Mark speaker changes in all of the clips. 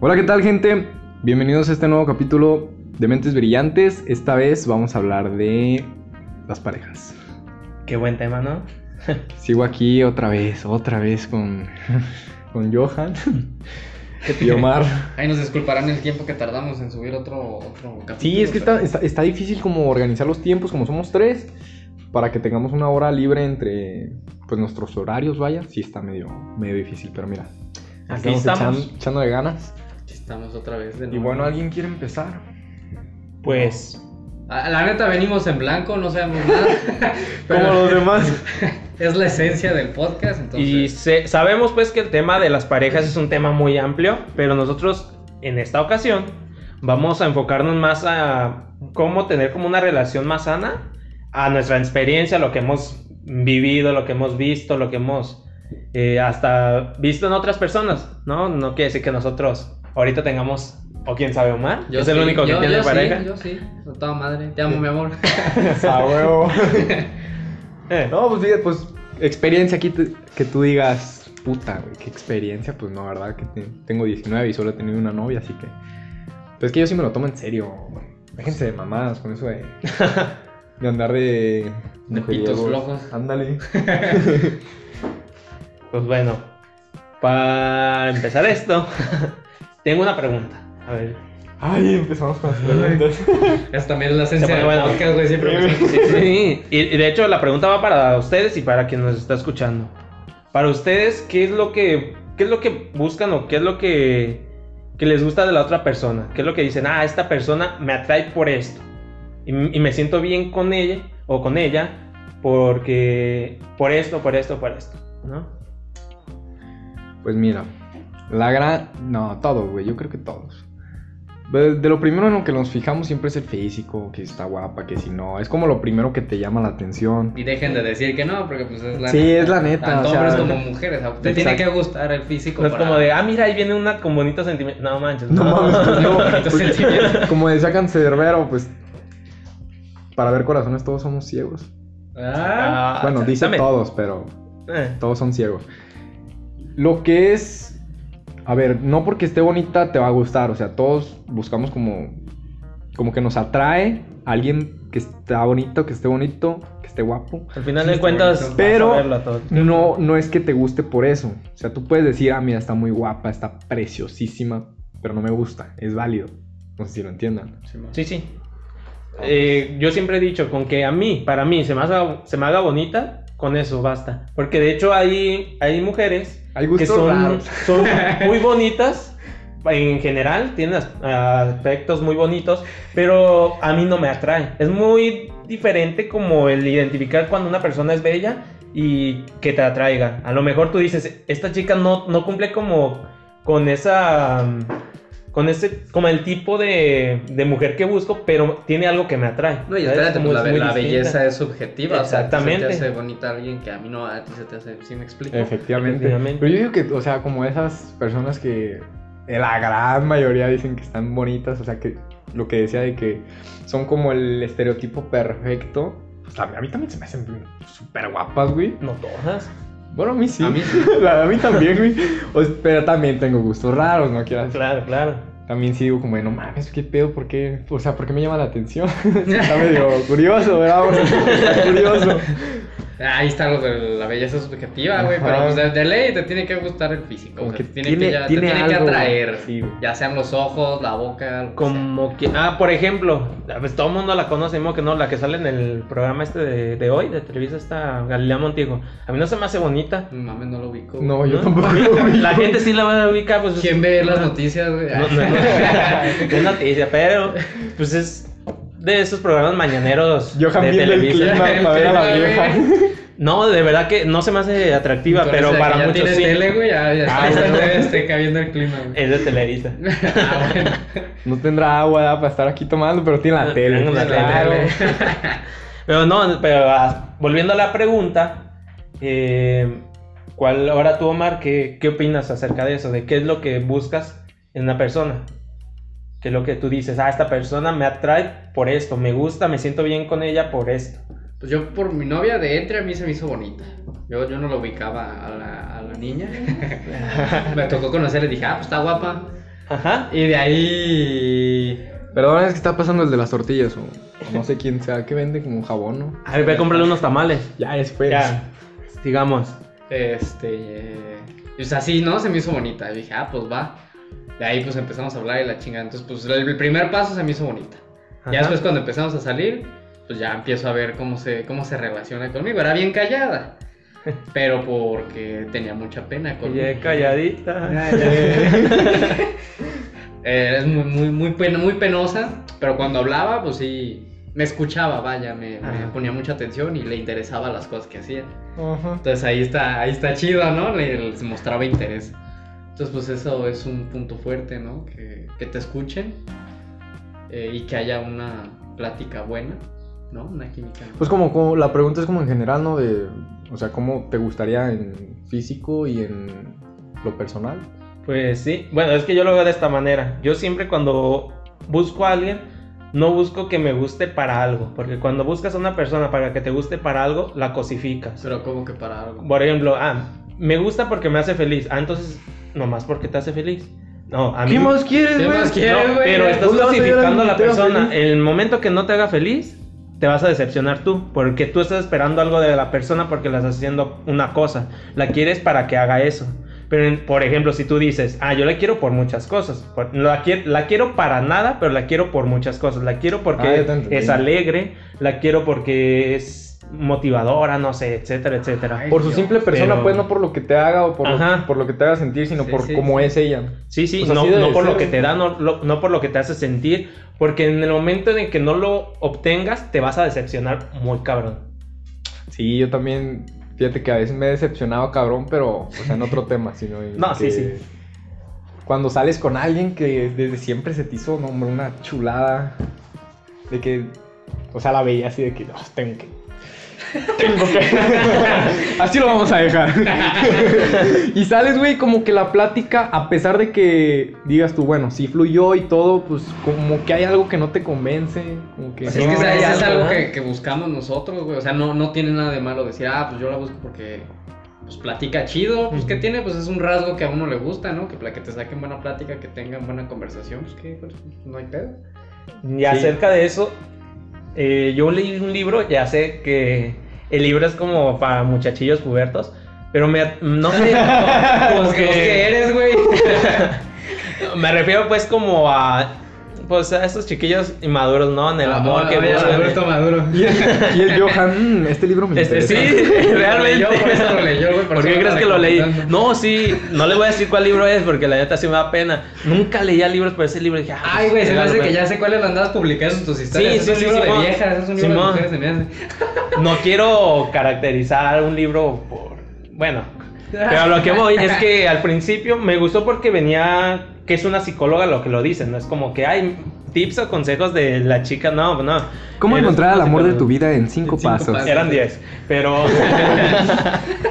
Speaker 1: Hola, ¿qué tal gente? Bienvenidos a este nuevo capítulo de Mentes Brillantes. Esta vez vamos a hablar de las parejas.
Speaker 2: Qué buen tema, ¿no?
Speaker 1: Sigo aquí otra vez, otra vez con, con Johan y Omar.
Speaker 3: Ahí nos disculparán el tiempo que tardamos en subir otro, otro capítulo.
Speaker 1: Sí, es que
Speaker 3: pero-
Speaker 1: está, está- está difícil como organizar los tiempos, como somos tres, para que tengamos una hora libre entre pues nuestros horarios, vaya. Sí está medio, medio difícil, pero mira,
Speaker 2: Aquí estamos.
Speaker 1: echan- echando de ganas.
Speaker 3: Aquí Estamos otra vez de
Speaker 1: Y
Speaker 3: nuevo.
Speaker 1: bueno, ¿alguien quiere empezar?
Speaker 2: Pues,
Speaker 3: A- La neta, venimos en blanco, no sabemos nada.
Speaker 1: Como
Speaker 3: pero
Speaker 1: los demás.
Speaker 3: es la esencia del podcast,
Speaker 2: y
Speaker 3: entonces.
Speaker 2: se- sabemos pues que el tema de las parejas es un tema muy amplio, pero nosotros en esta ocasión vamos a enfocarnos más a cómo tener como una relación más sana a nuestra experiencia, lo que hemos vivido, lo que hemos visto, lo que hemos eh, hasta visto en otras personas, ¿no? No quiere decir que nosotros ahorita tengamos, o quién sabe, Omar, que es el
Speaker 3: sí,
Speaker 2: único que
Speaker 3: yo-
Speaker 2: tiene
Speaker 3: yo sí,
Speaker 2: pareja.
Speaker 3: yo sí, a toda madre. Te amo, mi amor.
Speaker 1: A huevo.
Speaker 2: Eh,
Speaker 1: No, pues diga, pues experiencia aquí te- que tú digas, puta, güey, qué experiencia, pues no, verdad que te- tengo 19 y solo he tenido una novia, así que pues es que yo sí me lo tomo en serio. güey. Déjense de mamadas con eso de, de andar de
Speaker 3: De
Speaker 1: mujeriego.
Speaker 3: pitos flojos.
Speaker 1: Ándale.
Speaker 2: Pues bueno, para empezar esto, tengo una pregunta. A ver,
Speaker 1: Ay, empezamos con las preguntas.
Speaker 3: Esa también es la
Speaker 2: Se
Speaker 3: esencia del
Speaker 2: pone bueno.
Speaker 3: podcast, güey. Siempre
Speaker 1: Sí,
Speaker 3: empezamos así.
Speaker 2: Sí, y, y de hecho la pregunta va para ustedes y para quien nos está escuchando. Para ustedes, ¿qué es lo que, qué es lo que buscan o qué es lo que, que les gusta de la otra persona? ¿Qué es lo que dicen, ah, esta persona me atrae por esto? Y, m- y me siento bien con ella o con ella porque por esto, por esto, por esto, ¿no?
Speaker 1: Pues mira, la gran... No, todo, güey, yo creo que todos. Pues, De, de lo primero en lo que nos fijamos siempre es el físico, que está guapa, que si no, es como lo primero que te llama la atención.
Speaker 3: Y dejen de decir que no, porque pues es la
Speaker 1: Sí, es la neta,
Speaker 3: Tanto
Speaker 1: o sea,
Speaker 3: hombres
Speaker 1: la
Speaker 3: como
Speaker 1: neta.
Speaker 3: mujeres. o sea, te tiene que
Speaker 1: Exacto.
Speaker 3: gustar el físico.
Speaker 2: No es
Speaker 3: para-
Speaker 2: como de, ah, mira, ahí viene una con bonito sentimiento. No manches,
Speaker 1: No mames, pues, no.
Speaker 3: Bonito
Speaker 1: porque-
Speaker 3: sentimiento.
Speaker 1: como decía Cancerbero, pues. Para ver corazones todos somos ciegos.
Speaker 3: Ah,
Speaker 1: bueno, dice
Speaker 2: dame.
Speaker 1: todos, pero
Speaker 2: Eh,
Speaker 1: todos son ciegos. Lo que es. A ver, no porque esté bonita te va a gustar. O sea, todos buscamos como. Como que nos atrae a alguien que está bonito, que esté bonito, que esté guapo.
Speaker 2: al final
Speaker 3: Sí,
Speaker 2: de
Speaker 3: está
Speaker 2: cuentas,
Speaker 3: bonito.
Speaker 2: vas a
Speaker 1: Pero-
Speaker 2: verlo a todo.
Speaker 1: No, no es que te guste por eso. O sea, tú puedes decir, ah, mira, está muy guapa, está preciosísima, pero no me gusta. Es válido. No sé si lo entiendan.
Speaker 2: Sí, sí. Eh, yo siempre he dicho, con que a mí, para mí, se me haga, se me haga bonita, con eso basta. Porque de hecho hay, hay mujeres
Speaker 1: Hay
Speaker 2: que
Speaker 1: gustos
Speaker 2: son,
Speaker 1: raros.
Speaker 2: son muy bonitas, en general, tienen as- aspectos muy bonitos, pero a mí no me atrae. Es muy diferente como el identificar cuando una persona es bella y que te atraiga. A lo mejor tú dices, esta chica no, no cumple como con esa... mm, Con ese, como el tipo de, de mujer que busco, pero tiene algo que me atrae.
Speaker 3: No, y
Speaker 2: ¿sabes?
Speaker 3: espérate,
Speaker 2: Como
Speaker 3: pues, la,
Speaker 2: es muy
Speaker 3: la
Speaker 2: distinta.
Speaker 3: belleza es subjetiva.
Speaker 2: Exactamente.
Speaker 3: O sea, a ti se te hace bonita alguien que a mí no, a ti se te hace. ¿Sí me explico?
Speaker 1: Efectivamente.
Speaker 2: Efectivamente.
Speaker 1: Pero yo digo que, o sea, como esas personas que la gran mayoría dicen que están bonitas, o sea, que lo que decía de que son como el estereotipo perfecto, pues a mí, a mí también se me hacen súper guapas, güey.
Speaker 2: No todas.
Speaker 1: Bueno, a mí sí.
Speaker 3: A mí sí.
Speaker 1: La- a mí también, güey. O sea, pero también tengo gustos raros, ¿no? Quieras.
Speaker 2: Claro, claro.
Speaker 1: También sí digo como, de, no mames, ¿qué pedo? ¿Por qué? O sea, ¿por qué me llama la atención? Está medio curioso, ¿verdad? güey? Está curioso.
Speaker 3: Ahí está lo de la belleza subjetiva, güey.
Speaker 1: Ajá.
Speaker 3: Pero pues, de, de ley te tiene que gustar el físico.
Speaker 1: Como
Speaker 3: o sea,
Speaker 1: que
Speaker 3: te tiene,
Speaker 1: tiene-
Speaker 3: que, ya- te
Speaker 1: tiene
Speaker 3: tiene que
Speaker 1: algo,
Speaker 3: atraer.
Speaker 1: sí, güey.
Speaker 3: ya sean los ojos, la boca. lo que
Speaker 2: Como que, ah, por ejemplo, a ver, todo el mundo la conoce, mismo que no, la que sale en el programa este de, de hoy, de Televisa, esta Galilea Montijo. A mí no se me hace bonita.
Speaker 3: sea. Mames, no lo ubico.
Speaker 1: No, yo
Speaker 2: ¿no?
Speaker 1: tampoco.
Speaker 2: La gente sí la va a ubicar, pues.
Speaker 3: ¿Quién ve las noticias, güey?
Speaker 2: No, no, no. Es noticia, pero, pues es de esos programas mañaneros
Speaker 1: Yo
Speaker 2: de
Speaker 1: también el
Speaker 2: Televisa.
Speaker 1: clima para ver a la vieja.
Speaker 2: No, de verdad que no se me hace atractiva,
Speaker 3: Entonces,
Speaker 2: pero
Speaker 3: ya
Speaker 2: para
Speaker 3: que ya
Speaker 2: muchos
Speaker 3: tienes
Speaker 2: sí.
Speaker 3: tele, güey, ya, ya
Speaker 2: Ah,
Speaker 3: está,
Speaker 2: bueno.
Speaker 3: ya está cabiendo el clima, güey.
Speaker 2: Es de Televisa.
Speaker 3: Ah, bueno.
Speaker 1: No tendrá agua ¿verdad? para estar aquí tomando, pero tiene la tele.
Speaker 2: Tengo la tele.
Speaker 1: Claro.
Speaker 2: Pero no, pero ah, volviendo a la pregunta, eh, ¿cuál, ahora tú, Omar, qué, qué opinas acerca de eso? ¿De qué es lo que buscas en una persona? ¿Qué es lo que tú dices? Ah, esta persona me atrae por esto, me gusta, me siento bien con ella por esto.
Speaker 3: Pues yo por mi novia de entre a mí se me hizo bonita. Yo, yo no la ubicaba a la, a la niña. me tocó conocerla y dije, ah, pues está guapa.
Speaker 2: Ajá.
Speaker 3: Y de ahí.
Speaker 1: Perdón, es que está pasando el de las tortillas o o no sé quién sea que vende como jabón, ¿no?
Speaker 2: A ver, voy a comprarle unos tamales.
Speaker 1: Ya, pues, después.
Speaker 2: Ya. Sigamos.
Speaker 3: Este. eh, y, o sea, sí, ¿no? Se me hizo bonita. Y dije, ah, pues va. De ahí pues empezamos a hablar y la chingada. Entonces, pues el el primer paso se me hizo bonita.
Speaker 2: Ajá.
Speaker 3: Ya después cuando empezamos a salir, pues ya empiezo a ver cómo se, cómo se relaciona conmigo. Era bien callada. Pero porque tenía mucha pena conmigo.
Speaker 2: Oye, calladita.
Speaker 3: Eh, es muy, muy, muy, pen- muy penosa, pero cuando hablaba, pues sí, me escuchaba, vaya, me, me
Speaker 2: Ajá.
Speaker 3: ponía mucha atención y le interesaba las cosas que hacía.
Speaker 1: Ajá.
Speaker 3: Entonces ahí está, ahí está chido, ¿no? Le- les mostraba interés. Entonces, pues eso es un punto fuerte, ¿no? Que, que te escuchen eh, y que haya una plática buena, ¿no? Una química.
Speaker 1: Pues como, como- la pregunta es como en general, ¿no? De, o sea, ¿cómo te gustaría en físico y en lo personal?
Speaker 2: Pues sí, bueno, es que yo lo veo de esta manera. Yo siempre cuando busco a alguien, no busco que me guste para algo, porque cuando buscas a una persona para que te guste para algo, la cosificas.
Speaker 3: Pero como que para algo.
Speaker 2: Por ejemplo, ah, me gusta porque me hace feliz. Ah, entonces, nomás porque te hace feliz. No, a mí...
Speaker 1: quieres,
Speaker 3: ¿Qué más
Speaker 2: No,
Speaker 3: quieres, güey?
Speaker 2: pero estás
Speaker 1: Pues le vas a ayudar
Speaker 2: cosificando a
Speaker 1: a
Speaker 2: la
Speaker 1: que te haga
Speaker 2: persona.
Speaker 1: feliz.
Speaker 2: En el momento que no te haga feliz, te vas a decepcionar tú, porque tú estás esperando algo de la persona porque la estás haciendo una cosa. La quieres para que haga eso. Pero, en- por ejemplo, si tú dices, ah, yo la quiero por muchas cosas. por- la, qui- la quiero para nada, pero la quiero por muchas cosas. La quiero
Speaker 1: Ah,
Speaker 2: porque
Speaker 1: ya te entendí.
Speaker 2: es alegre, la quiero porque es motivadora, no sé, etcétera, etcétera.
Speaker 3: Ay,
Speaker 1: Por su simple persona,
Speaker 2: Pero-
Speaker 1: pues no por lo que te haga o por,
Speaker 2: Ajá.
Speaker 1: lo, por lo que te haga sentir, sino
Speaker 3: Sí,
Speaker 1: por
Speaker 3: sí,
Speaker 1: cómo
Speaker 3: sí.
Speaker 1: es ella.
Speaker 2: Sí, sí,
Speaker 1: Pues así
Speaker 2: no,
Speaker 1: debe
Speaker 2: no por lo
Speaker 1: ser.
Speaker 2: que te da, no, lo- no por lo que te hace sentir, porque en el momento en el que no lo obtengas, te vas a decepcionar muy cabrón.
Speaker 1: Sí, yo también, fíjate que a veces me he decepcionado, cabrón, pero, o sea, en otro tema, sino en
Speaker 2: No, sí,
Speaker 1: que
Speaker 2: sí.
Speaker 1: Cuando sales con alguien que desde siempre se te hizo, no, hombre, una chulada, de que, o sea, la veía así de que, no, tengo que... Tengo que... así lo vamos a dejar. y sales, güey, como que la plática, a pesar de que digas tú, bueno, sí fluyó y todo, pues como que hay algo que no te convence, como que...
Speaker 3: Pues
Speaker 2: Sí,
Speaker 3: es que
Speaker 2: no,
Speaker 3: ¿sabes?
Speaker 2: ya,
Speaker 3: es
Speaker 2: ya,
Speaker 3: algo
Speaker 2: ¿verdad?
Speaker 3: que, que buscamos nosotros, güey. O sea, no, no tiene nada de malo decir, ah, pues yo la busco porque pues platica chido. Pues ¿qué
Speaker 2: Ujú.
Speaker 3: tiene? Pues es un rasgo que a uno le gusta, ¿no? Que, pla- que te saquen buena plática, que tengan buena conversación. Pues que no hay pedo.
Speaker 2: Y
Speaker 1: Sí.
Speaker 2: acerca de eso, eh, yo leí un libro, ya sé que el libro es como para muchachillos pubertos, pero me, no sé, como
Speaker 3: Pues que los que
Speaker 2: que-
Speaker 3: eres, güey.
Speaker 2: me refiero pues como a, pues a estos chiquillos inmaduros, ¿no? En el amor que
Speaker 3: Ah,
Speaker 2: buscan.
Speaker 3: Alberto Maduro.
Speaker 1: Y el, y el Johan, "Mm, este libro me
Speaker 2: Este,
Speaker 1: interesa.
Speaker 2: sí,
Speaker 3: Yo por eso lo
Speaker 2: realmente.
Speaker 3: leyó, güey.
Speaker 2: ¿Por
Speaker 3: eso
Speaker 2: qué
Speaker 3: lo
Speaker 2: crees que lo leí?
Speaker 3: recomendando.
Speaker 2: No, sí, no le voy a decir cuál libro es porque la neta sí me da pena. Nunca leía libros, pero ese libro dije, ah,
Speaker 3: Ay, güey, se me
Speaker 2: claro,
Speaker 3: hace que
Speaker 2: pero
Speaker 3: ya sé cuáles lo andabas publicando en tus historias.
Speaker 2: Sí,
Speaker 3: es
Speaker 2: sí,
Speaker 3: un
Speaker 2: sí,
Speaker 3: libro de
Speaker 2: Simón.
Speaker 3: viejas, es un libro
Speaker 2: Simón.
Speaker 3: de mujeres, se me hace.
Speaker 2: No quiero caracterizar un libro por. Bueno, pero a lo que voy es que al principio me gustó porque venía que es una psicóloga lo que lo dicen, no es como que hay tips o consejos de la chica, no, no.
Speaker 1: ¿Cómo
Speaker 2: Eres
Speaker 1: encontrar el
Speaker 2: una
Speaker 1: amor de tu
Speaker 2: psicóloga.
Speaker 1: vida en cinco,
Speaker 3: En cinco
Speaker 1: pasos?
Speaker 3: pasos.
Speaker 2: Eran 10, pero...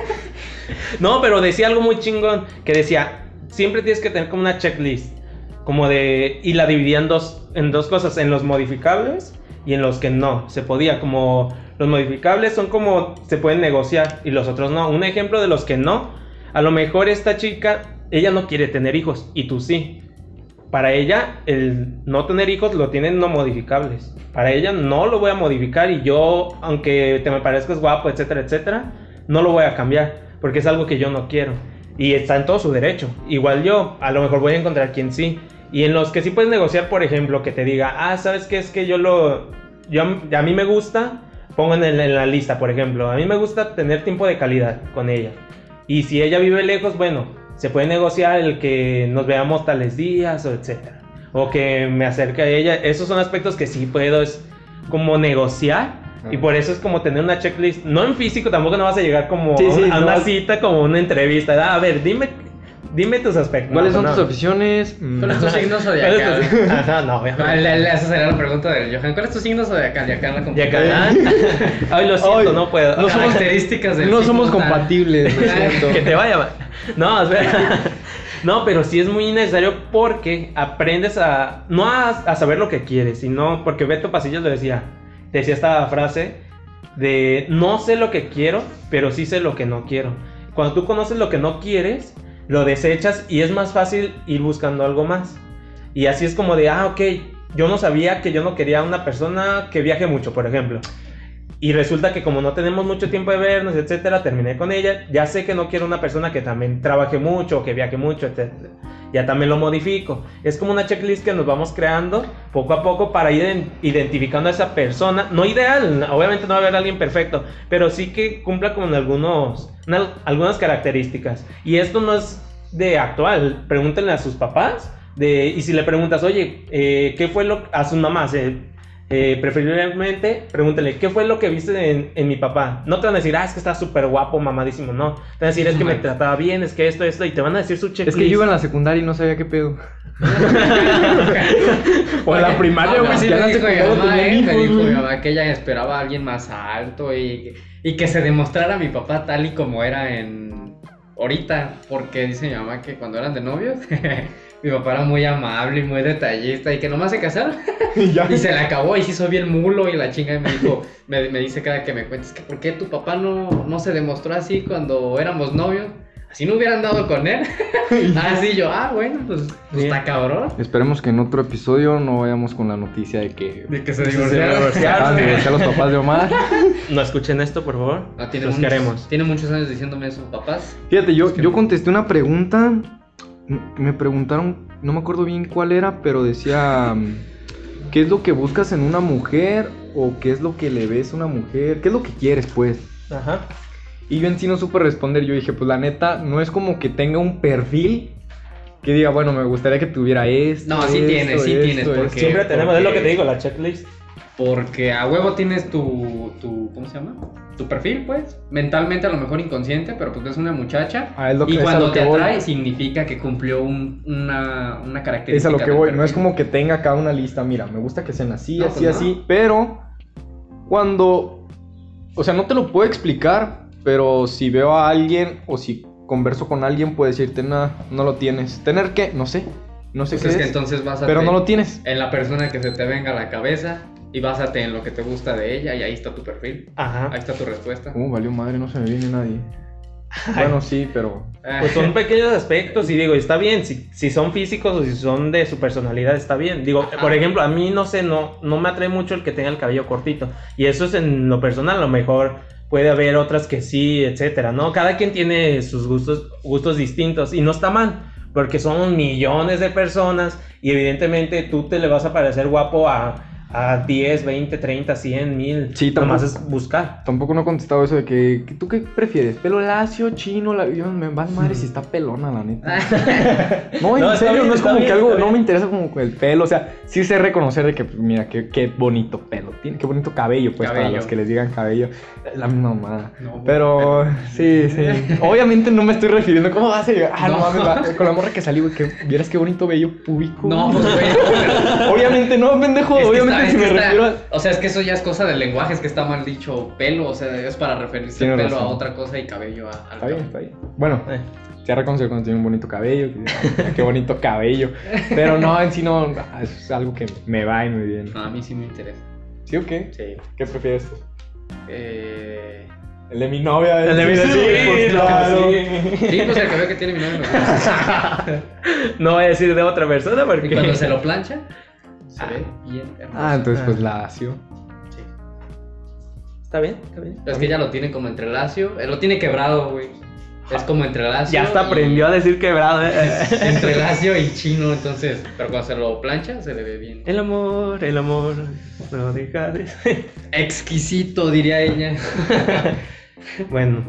Speaker 2: no, pero decía algo muy chingón, que decía, siempre tienes que tener como una checklist, como de... Y la dividía en dos, en dos cosas, en los modificables y en los que no se podía, como... Los modificables son como se pueden negociar y los otros no. Un ejemplo de los que no, a lo mejor esta chica, ella no quiere tener hijos y tú sí. Para ella, el no tener hijos lo tienen no modificables. Para ella, no lo voy a modificar y yo, aunque te me parezcas guapo, etcétera, etcétera, no lo voy a cambiar porque es algo que yo no quiero. Y está en todo su derecho. Igual yo, a lo mejor voy a encontrar quien sí. Y en los que sí puedes negociar, por ejemplo, que te diga, ah, ¿sabes qué? Es que yo lo. Yo, a mí me gusta, pongo en, el- en la lista, por ejemplo, a mí me gusta tener tiempo de calidad con ella. Y si ella vive lejos, bueno, se puede negociar el que nos veamos tales días o etcétera. O que me acerque a ella. Esos son aspectos que sí puedo es como negociar. Y
Speaker 1: Ah.
Speaker 2: por eso es como tener una checklist. No en físico, tampoco no vas a llegar como
Speaker 1: Sí,
Speaker 2: a un-
Speaker 1: sí,
Speaker 2: a
Speaker 1: no
Speaker 2: una
Speaker 1: vas-
Speaker 2: cita, como una entrevista. Ah, A ver, dime, dime tus aspectos.
Speaker 1: ¿Cuáles
Speaker 2: No,
Speaker 1: son
Speaker 2: no.
Speaker 1: tus aficiones? Mm,
Speaker 3: ¿Cuál es tu signo
Speaker 2: ¿Cuáles
Speaker 3: zodiacal?
Speaker 2: tus- Ajá, no,
Speaker 3: Ah,
Speaker 2: obviamente.
Speaker 3: la- la- Esa sería la pregunta del Johan. ¿Cuál es tu signo zodiacal? Y acá la
Speaker 2: Y acá,
Speaker 3: computadora.
Speaker 2: ah, Ay, lo siento,
Speaker 1: Ay,
Speaker 2: no puedo.
Speaker 1: no somos-
Speaker 3: características del
Speaker 1: no
Speaker 3: signo
Speaker 1: somos
Speaker 3: tal.
Speaker 1: compatibles, lo siento.
Speaker 2: que te vaya. mal. No, espera. No, pero sí es muy necesario porque aprendes a. No a, a saber lo que quieres, sino porque Beto Pasillas lo decía. Decía esta frase de no sé lo que quiero, pero sí sé lo que no quiero. Cuando tú conoces lo que no quieres, lo desechas y es más fácil ir buscando algo más. Y así es como de, ah, ok, yo no sabía que yo no quería una persona que viaje mucho, por ejemplo. Y resulta que como no tenemos mucho tiempo de vernos, etcétera, terminé con ella. Ya sé que no quiero una persona que también trabaje mucho, o que viaje mucho, etcétera. Ya también lo modifico. Es como una checklist que nos vamos creando poco a poco para ir en- identificando a esa persona. No ideal, obviamente no va a haber alguien perfecto, pero sí que cumpla con algunos, una- algunas características. Y esto no es de actual. Pregúntenle a sus papás. De, y si le preguntas, oye, eh, ¿qué fue lo a su mamá? se- eh, preferiblemente, pregúntale, ¿qué fue lo que viste en, en mi papá? No te van a decir, ah, es que está súper guapo, mamadísimo, no. Te van a decir, es que me trataba bien, es que esto, esto, y te van a decir su
Speaker 1: Es
Speaker 2: checklist.
Speaker 1: que yo iba en la secundaria y no sabía qué pedo. O en
Speaker 3: Oye,
Speaker 1: la primaria,
Speaker 3: algo
Speaker 1: güey.
Speaker 3: así
Speaker 1: ya en
Speaker 3: me
Speaker 1: la
Speaker 3: dijo mi
Speaker 1: secundaria
Speaker 3: mamá,
Speaker 1: tenía
Speaker 3: ¿eh? Me
Speaker 1: hijos,
Speaker 3: dijo mi
Speaker 1: güey.
Speaker 3: mamá que ella esperaba a alguien más alto y, y que se demostrara a mi papá tal y como era en ahorita, porque dice mi mamá que cuando eran de novios, mi papá era muy amable y muy detallista y que nomás se casaron
Speaker 1: Y ya.
Speaker 3: y se le acabó y se hizo bien mulo y la chinga y me dijo, me, me dice cada que me cuentes que por qué tu papá no, no se demostró así cuando éramos novios, así no hubieran dado con él. así yo, ah, bueno, pues, pues está cabrón.
Speaker 1: Esperemos que en otro episodio no vayamos con la noticia de que.
Speaker 3: De que Pues se
Speaker 2: Sí, se
Speaker 3: divorciaron.
Speaker 2: divorciaron.
Speaker 1: Acaban de divorciar los papás de Omar.
Speaker 2: No escuchen esto, por favor.
Speaker 3: No, Ah, tiene,
Speaker 2: Los
Speaker 3: muchos,
Speaker 2: queremos.
Speaker 3: tiene muchos años diciéndome eso, papás.
Speaker 1: Fíjate, yo, yo contesté una pregunta. m- Me preguntaron, no me acuerdo bien cuál era, pero decía: mm, ¿Qué es lo que buscas en una mujer? ¿O qué es lo que le ves a una mujer? ¿Qué es lo que quieres, pues?
Speaker 2: Ajá.
Speaker 1: Y yo en sí no supe responder. Yo dije: Pues la neta, no es como que tenga un perfil que diga, bueno, me gustaría que tuviera esto.
Speaker 3: No, sí
Speaker 1: esto,
Speaker 3: tienes, sí
Speaker 1: esto,
Speaker 3: tienes,
Speaker 1: esto".
Speaker 3: porque-
Speaker 2: Siempre tenemos, es lo que
Speaker 3: Porque-
Speaker 2: te digo, la checklist.
Speaker 3: Porque a huevo tienes tu, tu. ¿Cómo se llama? Tu perfil, pues. Mentalmente, a lo mejor inconsciente, pero pues es una muchacha.
Speaker 1: Ah, es lo que-
Speaker 3: y
Speaker 1: es a
Speaker 3: cuando
Speaker 1: lo que
Speaker 3: te
Speaker 1: voy.
Speaker 3: atrae, significa que cumplió un- una, una
Speaker 1: Es
Speaker 3: característica.
Speaker 1: a lo que
Speaker 3: del
Speaker 1: voy, no es
Speaker 3: perfil.
Speaker 1: como que tenga acá una lista, mira, me gusta que sean así,
Speaker 3: No,
Speaker 1: así,
Speaker 3: pues no.
Speaker 1: así, pero cuando, o sea, no te lo puedo explicar, pero si veo a alguien o si converso con alguien, puedo decirte, nada, no lo tienes. ¿Tener qué? No sé, no sé
Speaker 3: Pues
Speaker 1: qué
Speaker 3: es que
Speaker 1: es,
Speaker 3: entonces eh, vas a.
Speaker 1: pero no lo tienes.
Speaker 3: En la persona que se te venga a la cabeza y básate en lo que te gusta de ella y ahí está tu perfil. Ahí
Speaker 2: Ajá.
Speaker 3: está tu respuesta.
Speaker 1: ¿Cómo valió madre? No se me viene nadie. Bueno, sí, pero...
Speaker 3: Ah,
Speaker 2: Pues son pequeños aspectos y digo, está bien, si, si son físicos o si son de su personalidad, está bien. Digo,
Speaker 3: Ajá.
Speaker 2: por ejemplo, a mí no sé, no, no me atrae mucho el que tenga el cabello cortito. Y eso es en lo personal, a lo mejor puede haber otras que sí, etcétera, ¿no? Cada quien tiene sus gustos, gustos distintos y no está mal, porque son millones de personas y evidentemente tú te le vas a parecer guapo a, a 10, 20, 30, 100, 1000.
Speaker 1: Sí,
Speaker 2: Nomás
Speaker 1: tampoco-
Speaker 2: es buscar.
Speaker 1: Tampoco no he contestado eso de que, ¿tú qué prefieres? ¿Pelo lacio, chino? La... Dios, me va madre si está pelona, la neta. No, en
Speaker 2: No, está
Speaker 1: serio,
Speaker 2: bien,
Speaker 1: no es
Speaker 2: está
Speaker 1: como
Speaker 2: bien,
Speaker 1: que algo,
Speaker 2: está
Speaker 1: no
Speaker 2: bien.
Speaker 1: me interesa como el pelo, o sea, sí sé reconocer de que, pues, mira, qué, qué bonito pelo tiene, qué bonito cabello, pues, para
Speaker 3: Cabello.
Speaker 1: los que les digan cabello, la misma mamada.
Speaker 3: no,
Speaker 1: Pero, sí, sí, obviamente no me estoy refiriendo, ¿cómo vas a llegar? Ah, no,
Speaker 3: No.
Speaker 1: mames, va, con la morra que salí, güey, que vieras qué bonito bello púbico.
Speaker 3: No, pues, güey.
Speaker 1: obviamente no, pendejo,
Speaker 3: Es que
Speaker 1: obviamente
Speaker 3: está-
Speaker 1: si
Speaker 3: es
Speaker 1: me
Speaker 3: que está-
Speaker 1: refiero a...
Speaker 3: O sea, es que eso ya es cosa del lenguaje, es que está mal dicho pelo, o sea, es para referirse
Speaker 1: Tienes
Speaker 3: pelo a
Speaker 1: razón.
Speaker 3: otra cosa y cabello a,
Speaker 1: Está
Speaker 3: al
Speaker 1: bien,
Speaker 3: cabello.
Speaker 1: está bien. Bueno,
Speaker 2: Eh.
Speaker 1: se ha reconocido cuando tiene un bonito cabello, que, ah, qué bonito cabello, pero no, en sí no, ah, es algo que me va y me viene.
Speaker 3: No, a mí sí me interesa.
Speaker 1: ¿Sí o qué?
Speaker 3: Sí.
Speaker 1: ¿Qué prefieres tú?
Speaker 3: Eh...
Speaker 1: El de mi novia.
Speaker 2: El de mi- sí,
Speaker 1: pues,
Speaker 2: no,
Speaker 1: claro.
Speaker 2: sí.
Speaker 3: Sí, pues el cabello que tiene mi novio me gusta.
Speaker 2: No voy a decir de otra persona porque...
Speaker 3: Y cuando se lo plancha, se
Speaker 2: Ah.
Speaker 3: ve bien hermoso.
Speaker 1: Ah, entonces pues
Speaker 2: Ah.
Speaker 1: lacio.
Speaker 3: Sí.
Speaker 2: Está bien, está bien.
Speaker 3: Es que ya lo tiene como entre lacio, eh, lo tiene quebrado, güey. Es como entre lacio.
Speaker 2: Ya hasta
Speaker 3: y-
Speaker 2: aprendió a decir quebrado. ¿eh?
Speaker 3: Entre lacio y chino, entonces. Pero cuando se lo plancha, se le ve bien.
Speaker 2: El amor, el amor, no deja de ser.
Speaker 3: Exquisito, diría ella.
Speaker 2: Bueno,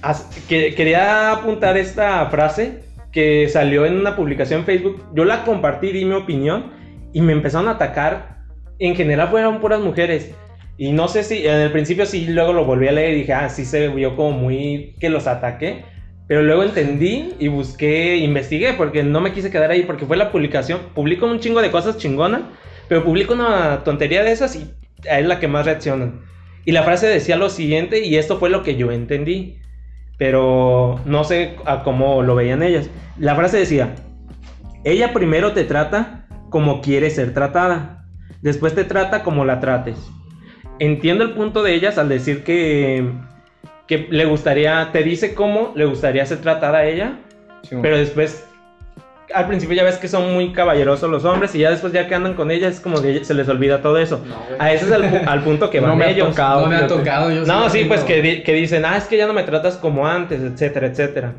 Speaker 2: as- que- quería apuntar esta frase que salió en una publicación en Facebook. Yo la compartí, di mi opinión y me empezaron a atacar. En general fueron puras mujeres. Y no sé si en el principio sí, luego lo volví a leer y dije, ah, sí se vio como muy que los ataqué. Pero luego entendí y busqué, investigué, porque no me quise quedar ahí, porque fue la publicación. Publico un chingo de cosas chingonas, pero publico una tontería de esas y es la que más reaccionan. Y la frase decía lo siguiente, y esto fue lo que yo entendí, pero no sé a cómo lo veían ellas. La frase decía, ella primero te trata como quiere ser tratada, después te trata como la trates. Entiendo el punto de ellas al decir que, que le gustaría, te dice cómo le gustaría ser tratada a ella,
Speaker 1: Sí, mo-
Speaker 2: Pero después, al principio ya ves que son muy caballerosos los hombres y ya después ya que andan con ella es como que se les olvida todo eso.
Speaker 3: No, güey.
Speaker 2: A ese es al, pu- al punto que
Speaker 1: No
Speaker 2: van
Speaker 1: me ha
Speaker 2: ellos.
Speaker 1: tocado.
Speaker 3: No me ha
Speaker 1: fíjate.
Speaker 3: tocado. Yo
Speaker 2: No,
Speaker 3: lo
Speaker 2: sí,
Speaker 3: tengo.
Speaker 2: pues que, di- que dicen, ah, es que ya no me tratas como antes, etcétera, etcétera.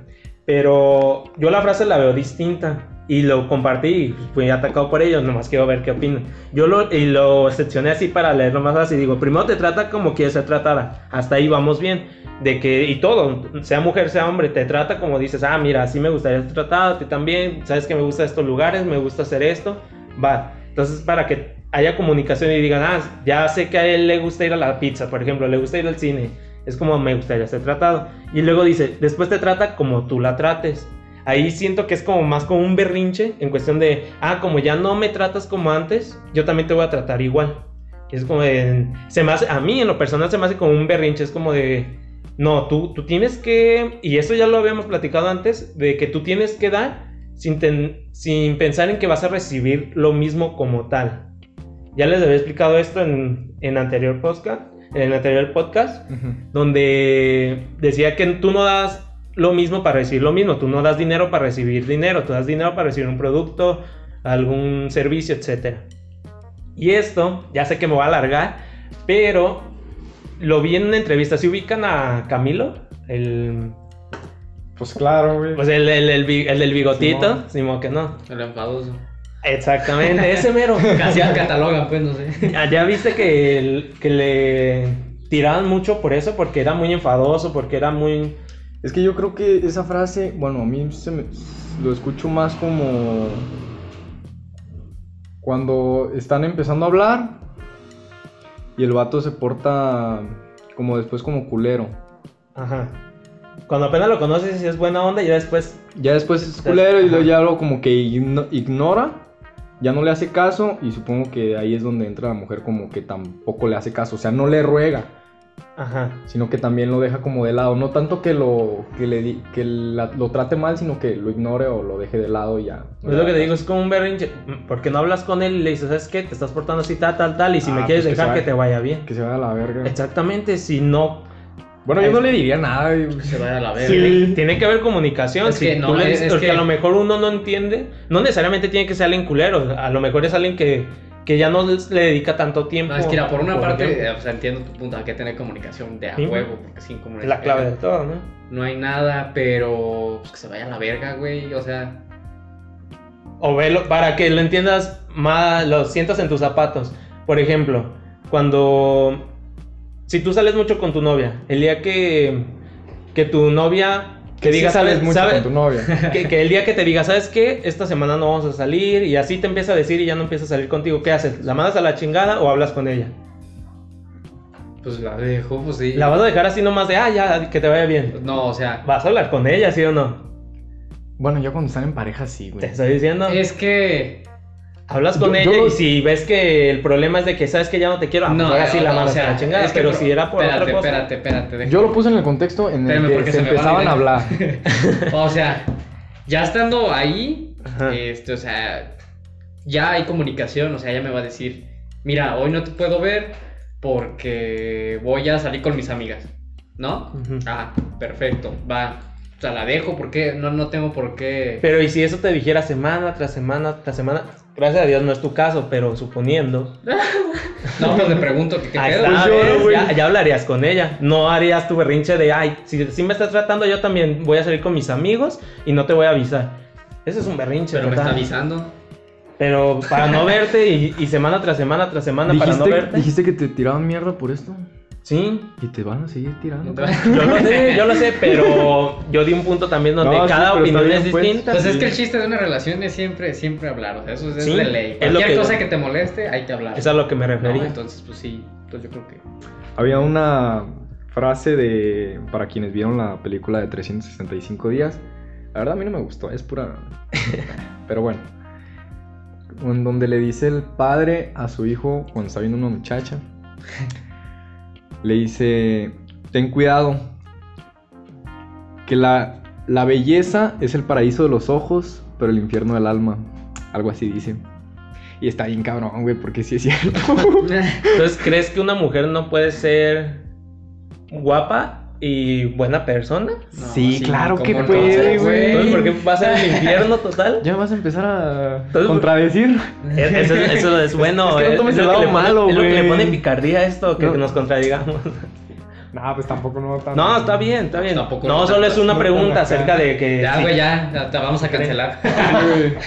Speaker 2: Pero yo la frase la veo distinta y lo compartí y fui atacado por ellos, nomás quiero ver qué opinan. Yo lo, y lo seccioné así para leerlo más así, digo, primero te trata como quieres ser tratada, hasta ahí vamos bien, de que, y todo, sea mujer, sea hombre, te trata como dices, ah, mira, así me gustaría ser tratado, tú también, sabes que me gustan estos lugares, me gusta hacer esto, va. Entonces, para que haya comunicación y digan, ah, ya sé que a él le gusta ir a la pizza, por ejemplo, le gusta ir al cine, es como me gustaría ser tratado. Y luego dice, después te trata como tú la trates. Ahí siento que es como más como un berrinche en cuestión de, ah, como ya no me tratas como antes, yo también te voy a tratar igual. Y es como de, se me hace, a mí en lo personal se me hace como un berrinche, es como de, no, tú, tú tienes que, y eso ya lo habíamos platicado antes, de que tú tienes que dar sin, ten- sin pensar en que vas a recibir lo mismo como tal. Ya les había explicado esto en, en anterior podcast, en el anterior podcast,
Speaker 1: Ujú.
Speaker 2: donde decía que tú no das lo mismo para recibir lo mismo, tú no das dinero para recibir dinero, tú das dinero para recibir un producto, algún servicio, etc. Y esto, ya sé que me va a alargar, pero lo vi en una entrevista, si ubican a Camilo, el,
Speaker 1: Pues claro, güey.
Speaker 2: pues el, el- el bi- el del bigotito,
Speaker 1: Simón.
Speaker 2: Simón que no.
Speaker 3: El enfadoso.
Speaker 2: Exactamente, ese mero.
Speaker 3: Casi al catalogan, pues, no sé.
Speaker 2: Ah, Ya viste que, el- que le tiraban mucho por eso, porque era muy enfadoso, porque era muy...
Speaker 1: Es que yo creo que esa frase, bueno, a mí se me- lo escucho más como cuando están empezando a hablar y el vato se porta como después como culero.
Speaker 2: Ajá. Cuando apenas lo conoces y es buena onda, y ya después...
Speaker 1: Ya después es
Speaker 2: Ajá.
Speaker 1: culero y luego ya lo como que igno- ignora, ya no le hace caso y supongo que ahí es donde entra la mujer como que tampoco le hace caso, o sea, no le ruega.
Speaker 2: Ajá.
Speaker 1: sino que también lo deja como de lado. No tanto que lo que le di- que la- lo trate mal, sino que lo ignore o lo deje de lado y ya.
Speaker 2: Es lo que te digo, es como un berrinche, porque no hablas con él y le dices, ¿sabes qué? Te estás portando así, tal, tal, tal, y si
Speaker 1: Ah,
Speaker 2: me quieres
Speaker 1: pues que
Speaker 2: dejar,
Speaker 1: se
Speaker 2: que
Speaker 1: vaya.
Speaker 2: te vaya bien.
Speaker 1: Que se vaya a la verga.
Speaker 2: Exactamente, si no...
Speaker 1: Bueno, yo no le diría nada. güey.
Speaker 3: Se vaya a la verga.
Speaker 2: Tiene, tiene que haber comunicación,
Speaker 3: Es
Speaker 2: si
Speaker 3: que
Speaker 2: tú
Speaker 3: no,
Speaker 2: le dices-
Speaker 3: es
Speaker 2: porque
Speaker 3: que-
Speaker 2: a lo mejor uno no entiende, no necesariamente tiene que ser alguien culero, a lo mejor es alguien que, que ya no le dedica tanto tiempo.
Speaker 3: No, es que mira, por una parte,
Speaker 2: ejemplo.
Speaker 3: eh, o sea, entiendo tu punto, hay que tener comunicación de a
Speaker 2: Sí.
Speaker 3: huevo, porque sin
Speaker 2: Es
Speaker 3: comunicación
Speaker 2: la clave de todo, ¿no?
Speaker 3: no hay nada, pero pues que se vaya a la verga, güey, o sea,
Speaker 2: O velo para que lo entiendas más, lo sientas en tus zapatos. Por ejemplo, cuando. Si tú sales mucho con tu novia, el día que. Que tu novia. Que
Speaker 1: Sí
Speaker 2: diga,
Speaker 1: sales
Speaker 2: "Sabes-
Speaker 1: mucho
Speaker 2: sabes-
Speaker 1: con tu novia.
Speaker 2: que, que el día que te diga, ¿sabes qué? Esta semana no vamos a salir y así te empieza a decir y ya no empieza a salir contigo. ¿Qué haces? ¿La mandas a la chingada o hablas con ella?
Speaker 3: pues la dejo, pues sí.
Speaker 2: ¿La vas a dejar así nomás de, ah, ya, que te vaya bien?
Speaker 3: No, o sea,
Speaker 2: ¿Vas a hablar con ella, sí o no?
Speaker 1: Bueno, ya cuando están en pareja sí,
Speaker 2: Te
Speaker 1: güey.
Speaker 2: estoy diciendo.
Speaker 3: es que
Speaker 2: Hablas con
Speaker 1: Yo-
Speaker 2: ella
Speaker 1: yo-
Speaker 2: y si ves que el problema es de que sabes que ya no te quiero, no, ahora sí la mandas a la chingada,
Speaker 3: es que,
Speaker 2: pero
Speaker 3: pro-
Speaker 2: si era por
Speaker 3: espérate,
Speaker 2: otra cosa.
Speaker 3: Espérate, espérate, espérate.
Speaker 1: Yo lo puse en el contexto en el
Speaker 3: Espérame,
Speaker 1: que
Speaker 3: porque
Speaker 1: se
Speaker 3: se me va la
Speaker 1: empezaban a hablar.
Speaker 3: O sea, ya estando ahí,
Speaker 2: Ajá.
Speaker 3: este, o sea, ya hay comunicación, o sea, ella me va a decir, mira, hoy no te puedo ver porque voy a salir con mis amigas, ¿no?
Speaker 2: Ujú.
Speaker 3: Ah, perfecto, va. O sea, la dejo porque no, no tengo por qué.
Speaker 2: Pero y si eso te dijera semana tras semana tras semana, gracias a Dios no es tu caso, pero suponiendo,
Speaker 3: No, pues le pregunto que qué
Speaker 2: ahí
Speaker 3: pedo.
Speaker 2: está,
Speaker 1: Pues yo,
Speaker 2: ¿ves?
Speaker 1: güey.
Speaker 2: ya, ya hablarías con ella, no harías tu berrinche de, ay, si, si me estás tratando yo también voy a salir con mis amigos y no te voy a avisar. Eso es un berrinche,
Speaker 3: Pero me está
Speaker 2: ¿verdad?
Speaker 3: avisando.
Speaker 2: Ah, Pero para no verte y, y semana tras semana tras semana para no
Speaker 1: ¿Dijiste,
Speaker 2: verte.
Speaker 1: dijiste que te tiraban mierda por esto
Speaker 2: Sí.
Speaker 1: y te van a seguir tirando.
Speaker 3: Entonces,
Speaker 2: Yo lo sé, yo lo sé, pero yo di un punto también donde
Speaker 1: No, sí,
Speaker 2: cada
Speaker 1: pero está
Speaker 2: opinión
Speaker 1: bien,
Speaker 2: es
Speaker 1: pues.
Speaker 2: distinta.
Speaker 3: pues es
Speaker 1: sí.
Speaker 3: que el chiste de una relación es siempre, siempre hablar. O sea, eso es, es
Speaker 2: Sí,
Speaker 3: de ley.
Speaker 2: es lo
Speaker 3: Cualquier
Speaker 2: que-
Speaker 3: cosa que te moleste, hay que hablar.
Speaker 2: Es a lo que me
Speaker 3: ¿no?
Speaker 2: refería.
Speaker 3: Entonces, pues sí. Entonces yo creo que.
Speaker 1: Había una frase de. Para quienes vieron la película de 365 días. La verdad a mí no me gustó, es pura. Pero bueno. En donde le dice el padre a su hijo cuando está viendo una muchacha. Le dice. Ten cuidado. Que la, la belleza es el paraíso de los ojos, pero el infierno del alma. Algo así dice. Y está bien cabrón, güey, porque sí es cierto.
Speaker 2: Entonces, ¿crees que una mujer no puede ser guapa y buena persona.
Speaker 3: No,
Speaker 1: sí,
Speaker 3: sí,
Speaker 1: claro
Speaker 3: ¿cómo
Speaker 1: que
Speaker 3: no?
Speaker 1: puede,
Speaker 3: Sí, güey.
Speaker 2: Entonces, ¿por qué
Speaker 1: Pues, güey.
Speaker 2: vas al infierno total?
Speaker 1: Ya me vas a empezar a
Speaker 2: Entonces,
Speaker 1: contradecir.
Speaker 2: Es- Eso, eso es bueno.
Speaker 1: Es que no tomes el
Speaker 2: lo
Speaker 1: lado
Speaker 2: que le pone-
Speaker 1: malo,
Speaker 2: Es lo que le
Speaker 1: güey.
Speaker 2: pone picardía a esto, que
Speaker 1: No.
Speaker 2: nos contradigamos.
Speaker 1: Nah, pues tampoco no tan-
Speaker 2: No, está bien, está bien.
Speaker 3: Tampoco
Speaker 2: no,
Speaker 3: no
Speaker 2: solo es
Speaker 3: tantas,
Speaker 2: una
Speaker 1: no
Speaker 2: pregunta
Speaker 1: tan acá.
Speaker 2: acerca de que.
Speaker 3: Ya,
Speaker 2: si-
Speaker 3: güey, ya, ya te vamos a cancelar.
Speaker 1: Güey.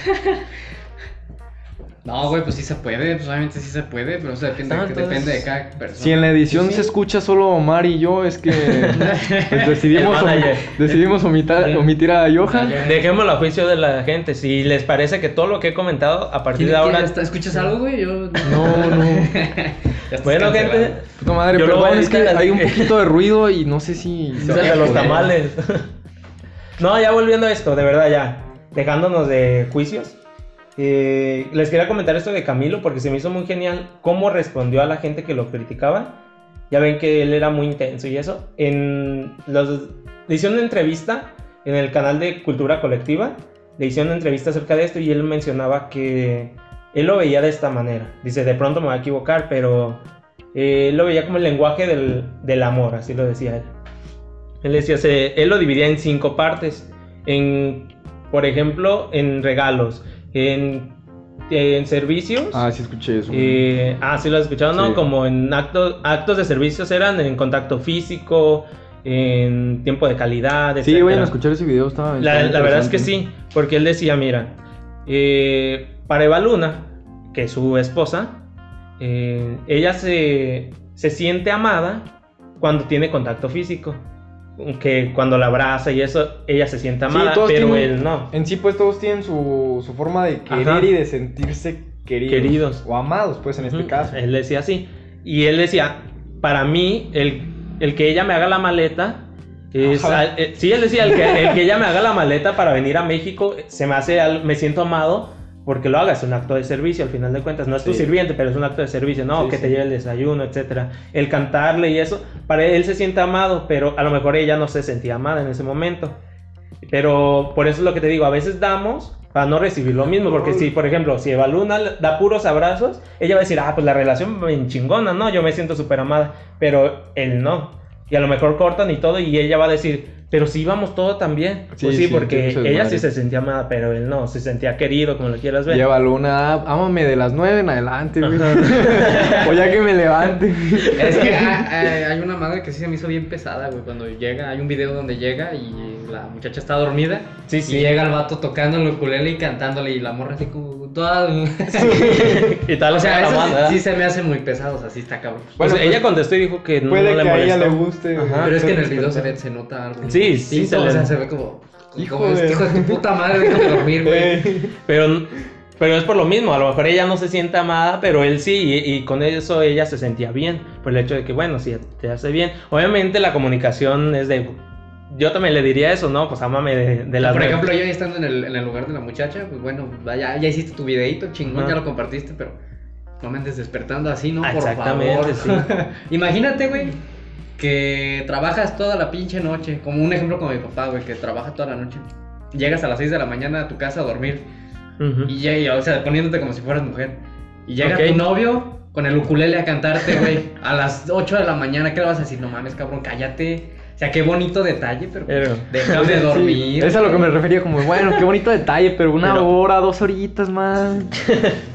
Speaker 3: No, güey, pues sí se puede, pues obviamente sí se puede, pero eso depende,
Speaker 2: Ah,
Speaker 3: que
Speaker 2: entonces-
Speaker 3: depende de cada persona.
Speaker 1: Si en la edición
Speaker 3: Sí, sí.
Speaker 1: se escucha solo Omar y yo, es que pues, decidimos,
Speaker 2: El manager.
Speaker 1: omi- decidimos omitar- omitir a Johan.
Speaker 2: Dejémoslo a juicio de la gente. Si les parece que todo lo que he comentado a partir
Speaker 3: ¿Quién-
Speaker 2: de
Speaker 3: quién
Speaker 2: ahora.
Speaker 3: está- ¿Escuchas algo, güey? Yo...
Speaker 1: No, no.
Speaker 3: Ya estás
Speaker 2: Bueno, gente,
Speaker 3: cancelado.
Speaker 1: Puta madre,
Speaker 2: Yo luego
Speaker 1: perdón, es que
Speaker 2: ahorita-
Speaker 1: hay un poquito de ruido y no sé si. se va a
Speaker 2: de los
Speaker 1: poder.
Speaker 2: tamales. no, ya volviendo a esto, de verdad, ya. Dejándonos de juicios. eh, les quería comentar esto de Camilo porque se me hizo muy genial cómo respondió a la gente que lo criticaba. Ya ven que él era muy intenso y eso. En los, le hicieron una entrevista en el canal de Cultura Colectiva. Le hicieron una entrevista acerca de esto y él mencionaba que él lo veía de esta manera. Dice, de pronto me voy a equivocar, pero eh, él lo veía como el lenguaje del, del amor, así lo decía él. Él decía, se- él lo dividía en cinco partes. En, por ejemplo, en regalos, en, en servicios.
Speaker 1: Ah, sí escuché eso.
Speaker 2: Eh, ah, sí lo has escuchado, ¿no?
Speaker 1: Sí.
Speaker 2: Como en actos, actos de servicios eran en contacto físico, en tiempo de calidad, etc.
Speaker 1: sí, vayan a escuchar ese video, estaba.
Speaker 2: La,
Speaker 1: estaba
Speaker 2: la verdad es
Speaker 1: interesante.
Speaker 2: que sí, porque él decía, mira, eh, para Eva Luna, que es su esposa, eh, ella se, se siente amada cuando tiene contacto físico. Que cuando la abraza y eso, ella se siente
Speaker 1: Sí,
Speaker 2: amada,
Speaker 1: todos
Speaker 2: pero
Speaker 1: tienen-
Speaker 2: él no.
Speaker 1: En sí, pues todos tienen su, su forma de querer
Speaker 2: Ajá.
Speaker 1: y de sentirse queridos.
Speaker 2: Queridos.
Speaker 1: O amados, pues en este
Speaker 2: Ujú,
Speaker 1: caso.
Speaker 2: Él decía así. Y él decía, para mí, el, el que ella me haga la maleta. Es,
Speaker 1: Ajá.
Speaker 2: al- eh, sí, él decía, el que, el que ella me haga la maleta para venir a México, se me hace, al- me siento amado porque lo haga, es un acto de servicio al final de cuentas, no es tu
Speaker 1: Sí.
Speaker 2: sirviente, pero es un acto de servicio, no,
Speaker 1: Sí,
Speaker 2: que te
Speaker 1: sí.
Speaker 2: lleve el desayuno, etcétera, el cantarle y eso, para él se siente amado, pero a lo mejor ella no se sentía amada en ese momento, pero por eso es lo que te digo, a veces damos para no recibir lo mismo, porque si, por ejemplo, si Eva Luna le da puros abrazos, ella va a decir, ah, pues la relación en chingona, ¿no? Yo me siento súper amada, pero él no. Y a lo mejor cortan y todo, y ella va a decir, pero si íbamos todo también.
Speaker 1: Sí,
Speaker 2: pues sí,
Speaker 1: sí,
Speaker 2: porque
Speaker 1: tiene su
Speaker 2: ella sí
Speaker 1: desmadre.
Speaker 2: se sentía amada, pero él no, se sentía querido, como lo quieras ver.
Speaker 1: Llévalo una. Ámame de las 9 en adelante, güey. o ya que me levante.
Speaker 3: Es que ah, ah, hay una madre que sí se me hizo bien pesada, güey. Cuando llega, hay un video donde llega y la muchacha está dormida.
Speaker 2: Sí,
Speaker 3: Y
Speaker 2: sí.
Speaker 3: llega el vato tocando el ukulele y cantándole y la morra así como toda...
Speaker 2: y tal,
Speaker 3: o sea,
Speaker 2: la
Speaker 3: eso sí-
Speaker 2: banda.
Speaker 3: sí, se me hace muy pesado, o sea, sí está cabrón.
Speaker 2: Pues
Speaker 1: Bueno,
Speaker 2: ella
Speaker 1: pues,
Speaker 2: contestó y dijo que no,
Speaker 1: Puede
Speaker 2: no le
Speaker 1: que a ella le
Speaker 2: molestó.
Speaker 1: guste. güey.
Speaker 2: Ajá.
Speaker 3: Pero es que en el
Speaker 1: Entonces,
Speaker 3: video se, ve- se nota algo.
Speaker 2: Sí, sí,
Speaker 3: distinto,
Speaker 2: se le-
Speaker 3: O sea, se ve como...
Speaker 1: Hijo
Speaker 3: como
Speaker 1: de-
Speaker 3: este hijo de tu puta madre, déjame dormir, güey.
Speaker 1: Eh,
Speaker 2: Pero, pero es por lo mismo, a lo mejor ella no se siente amada, pero él sí, y, y con eso ella se sentía bien, por el hecho de que, bueno, si te hace bien. Obviamente la comunicación es de... Yo también le diría eso, ¿no? Pues ámame de, de las...
Speaker 3: por
Speaker 2: nueve.
Speaker 3: ejemplo, yo ya estando en el, en el lugar de la muchacha, pues bueno, ya, ya hiciste tu videito, chingón,
Speaker 2: Ajá.
Speaker 3: ya lo compartiste, pero no me andes despertando así, ¿no?
Speaker 2: Ah,
Speaker 3: Por
Speaker 2: exactamente,
Speaker 3: favor.
Speaker 2: sí.
Speaker 3: Imagínate, güey, que trabajas toda la pinche noche, como un ejemplo con mi papá, güey, que trabaja toda la noche. Llegas a las 6 de la mañana a tu casa a dormir
Speaker 2: Ujú.
Speaker 3: y llega, o sea, poniéndote como si fueras mujer. Y llega
Speaker 2: Ok.
Speaker 3: tu novio con el ukulele a cantarte, güey, a las 8 de la mañana, ¿qué le vas a decir? No mames, cabrón, cállate. O sea, qué bonito detalle, pero,
Speaker 2: Pero-
Speaker 3: déjame
Speaker 1: sí,
Speaker 3: dormir.
Speaker 1: Es a lo que me refería, como, bueno, qué bonito detalle, pero una
Speaker 2: Pero-
Speaker 1: hora, dos horitas más.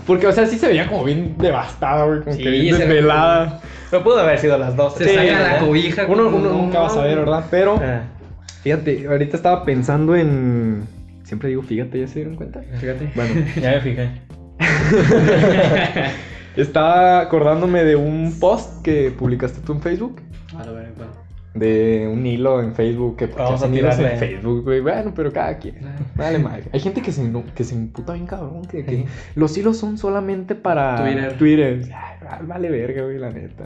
Speaker 1: Porque, o sea, sí se veía como bien devastada, güey, como
Speaker 3: Sí,
Speaker 1: que bien
Speaker 3: se ve
Speaker 1: desvelada.
Speaker 2: Pero pudo haber sido las dos.
Speaker 3: Se
Speaker 2: Sí,
Speaker 3: saca
Speaker 2: ¿verdad?
Speaker 3: la cobija.
Speaker 1: Uno,
Speaker 3: como,
Speaker 1: uno
Speaker 3: no,
Speaker 1: nunca va a saber, ¿verdad? Pero,
Speaker 2: Ah,
Speaker 1: fíjate, ahorita estaba pensando en. Siempre digo, fíjate, ¿ya se dieron cuenta?
Speaker 3: Fíjate.
Speaker 1: Bueno,
Speaker 2: ya me fijé.
Speaker 1: estaba acordándome de un post que publicaste tú en Facebook.
Speaker 3: A lo ver, bueno.
Speaker 1: De un hilo en Facebook que porque
Speaker 2: Vamos a
Speaker 1: hacen hilos
Speaker 2: tirarle.
Speaker 1: en Facebook, güey. Bueno, pero cada quien. Dale madre. Hay gente que se, eno- que se imputa bien cabrón, que, que
Speaker 2: Sí.
Speaker 1: los hilos son solamente para
Speaker 3: Twitter.
Speaker 1: Ay, va- vale verga, güey, la neta.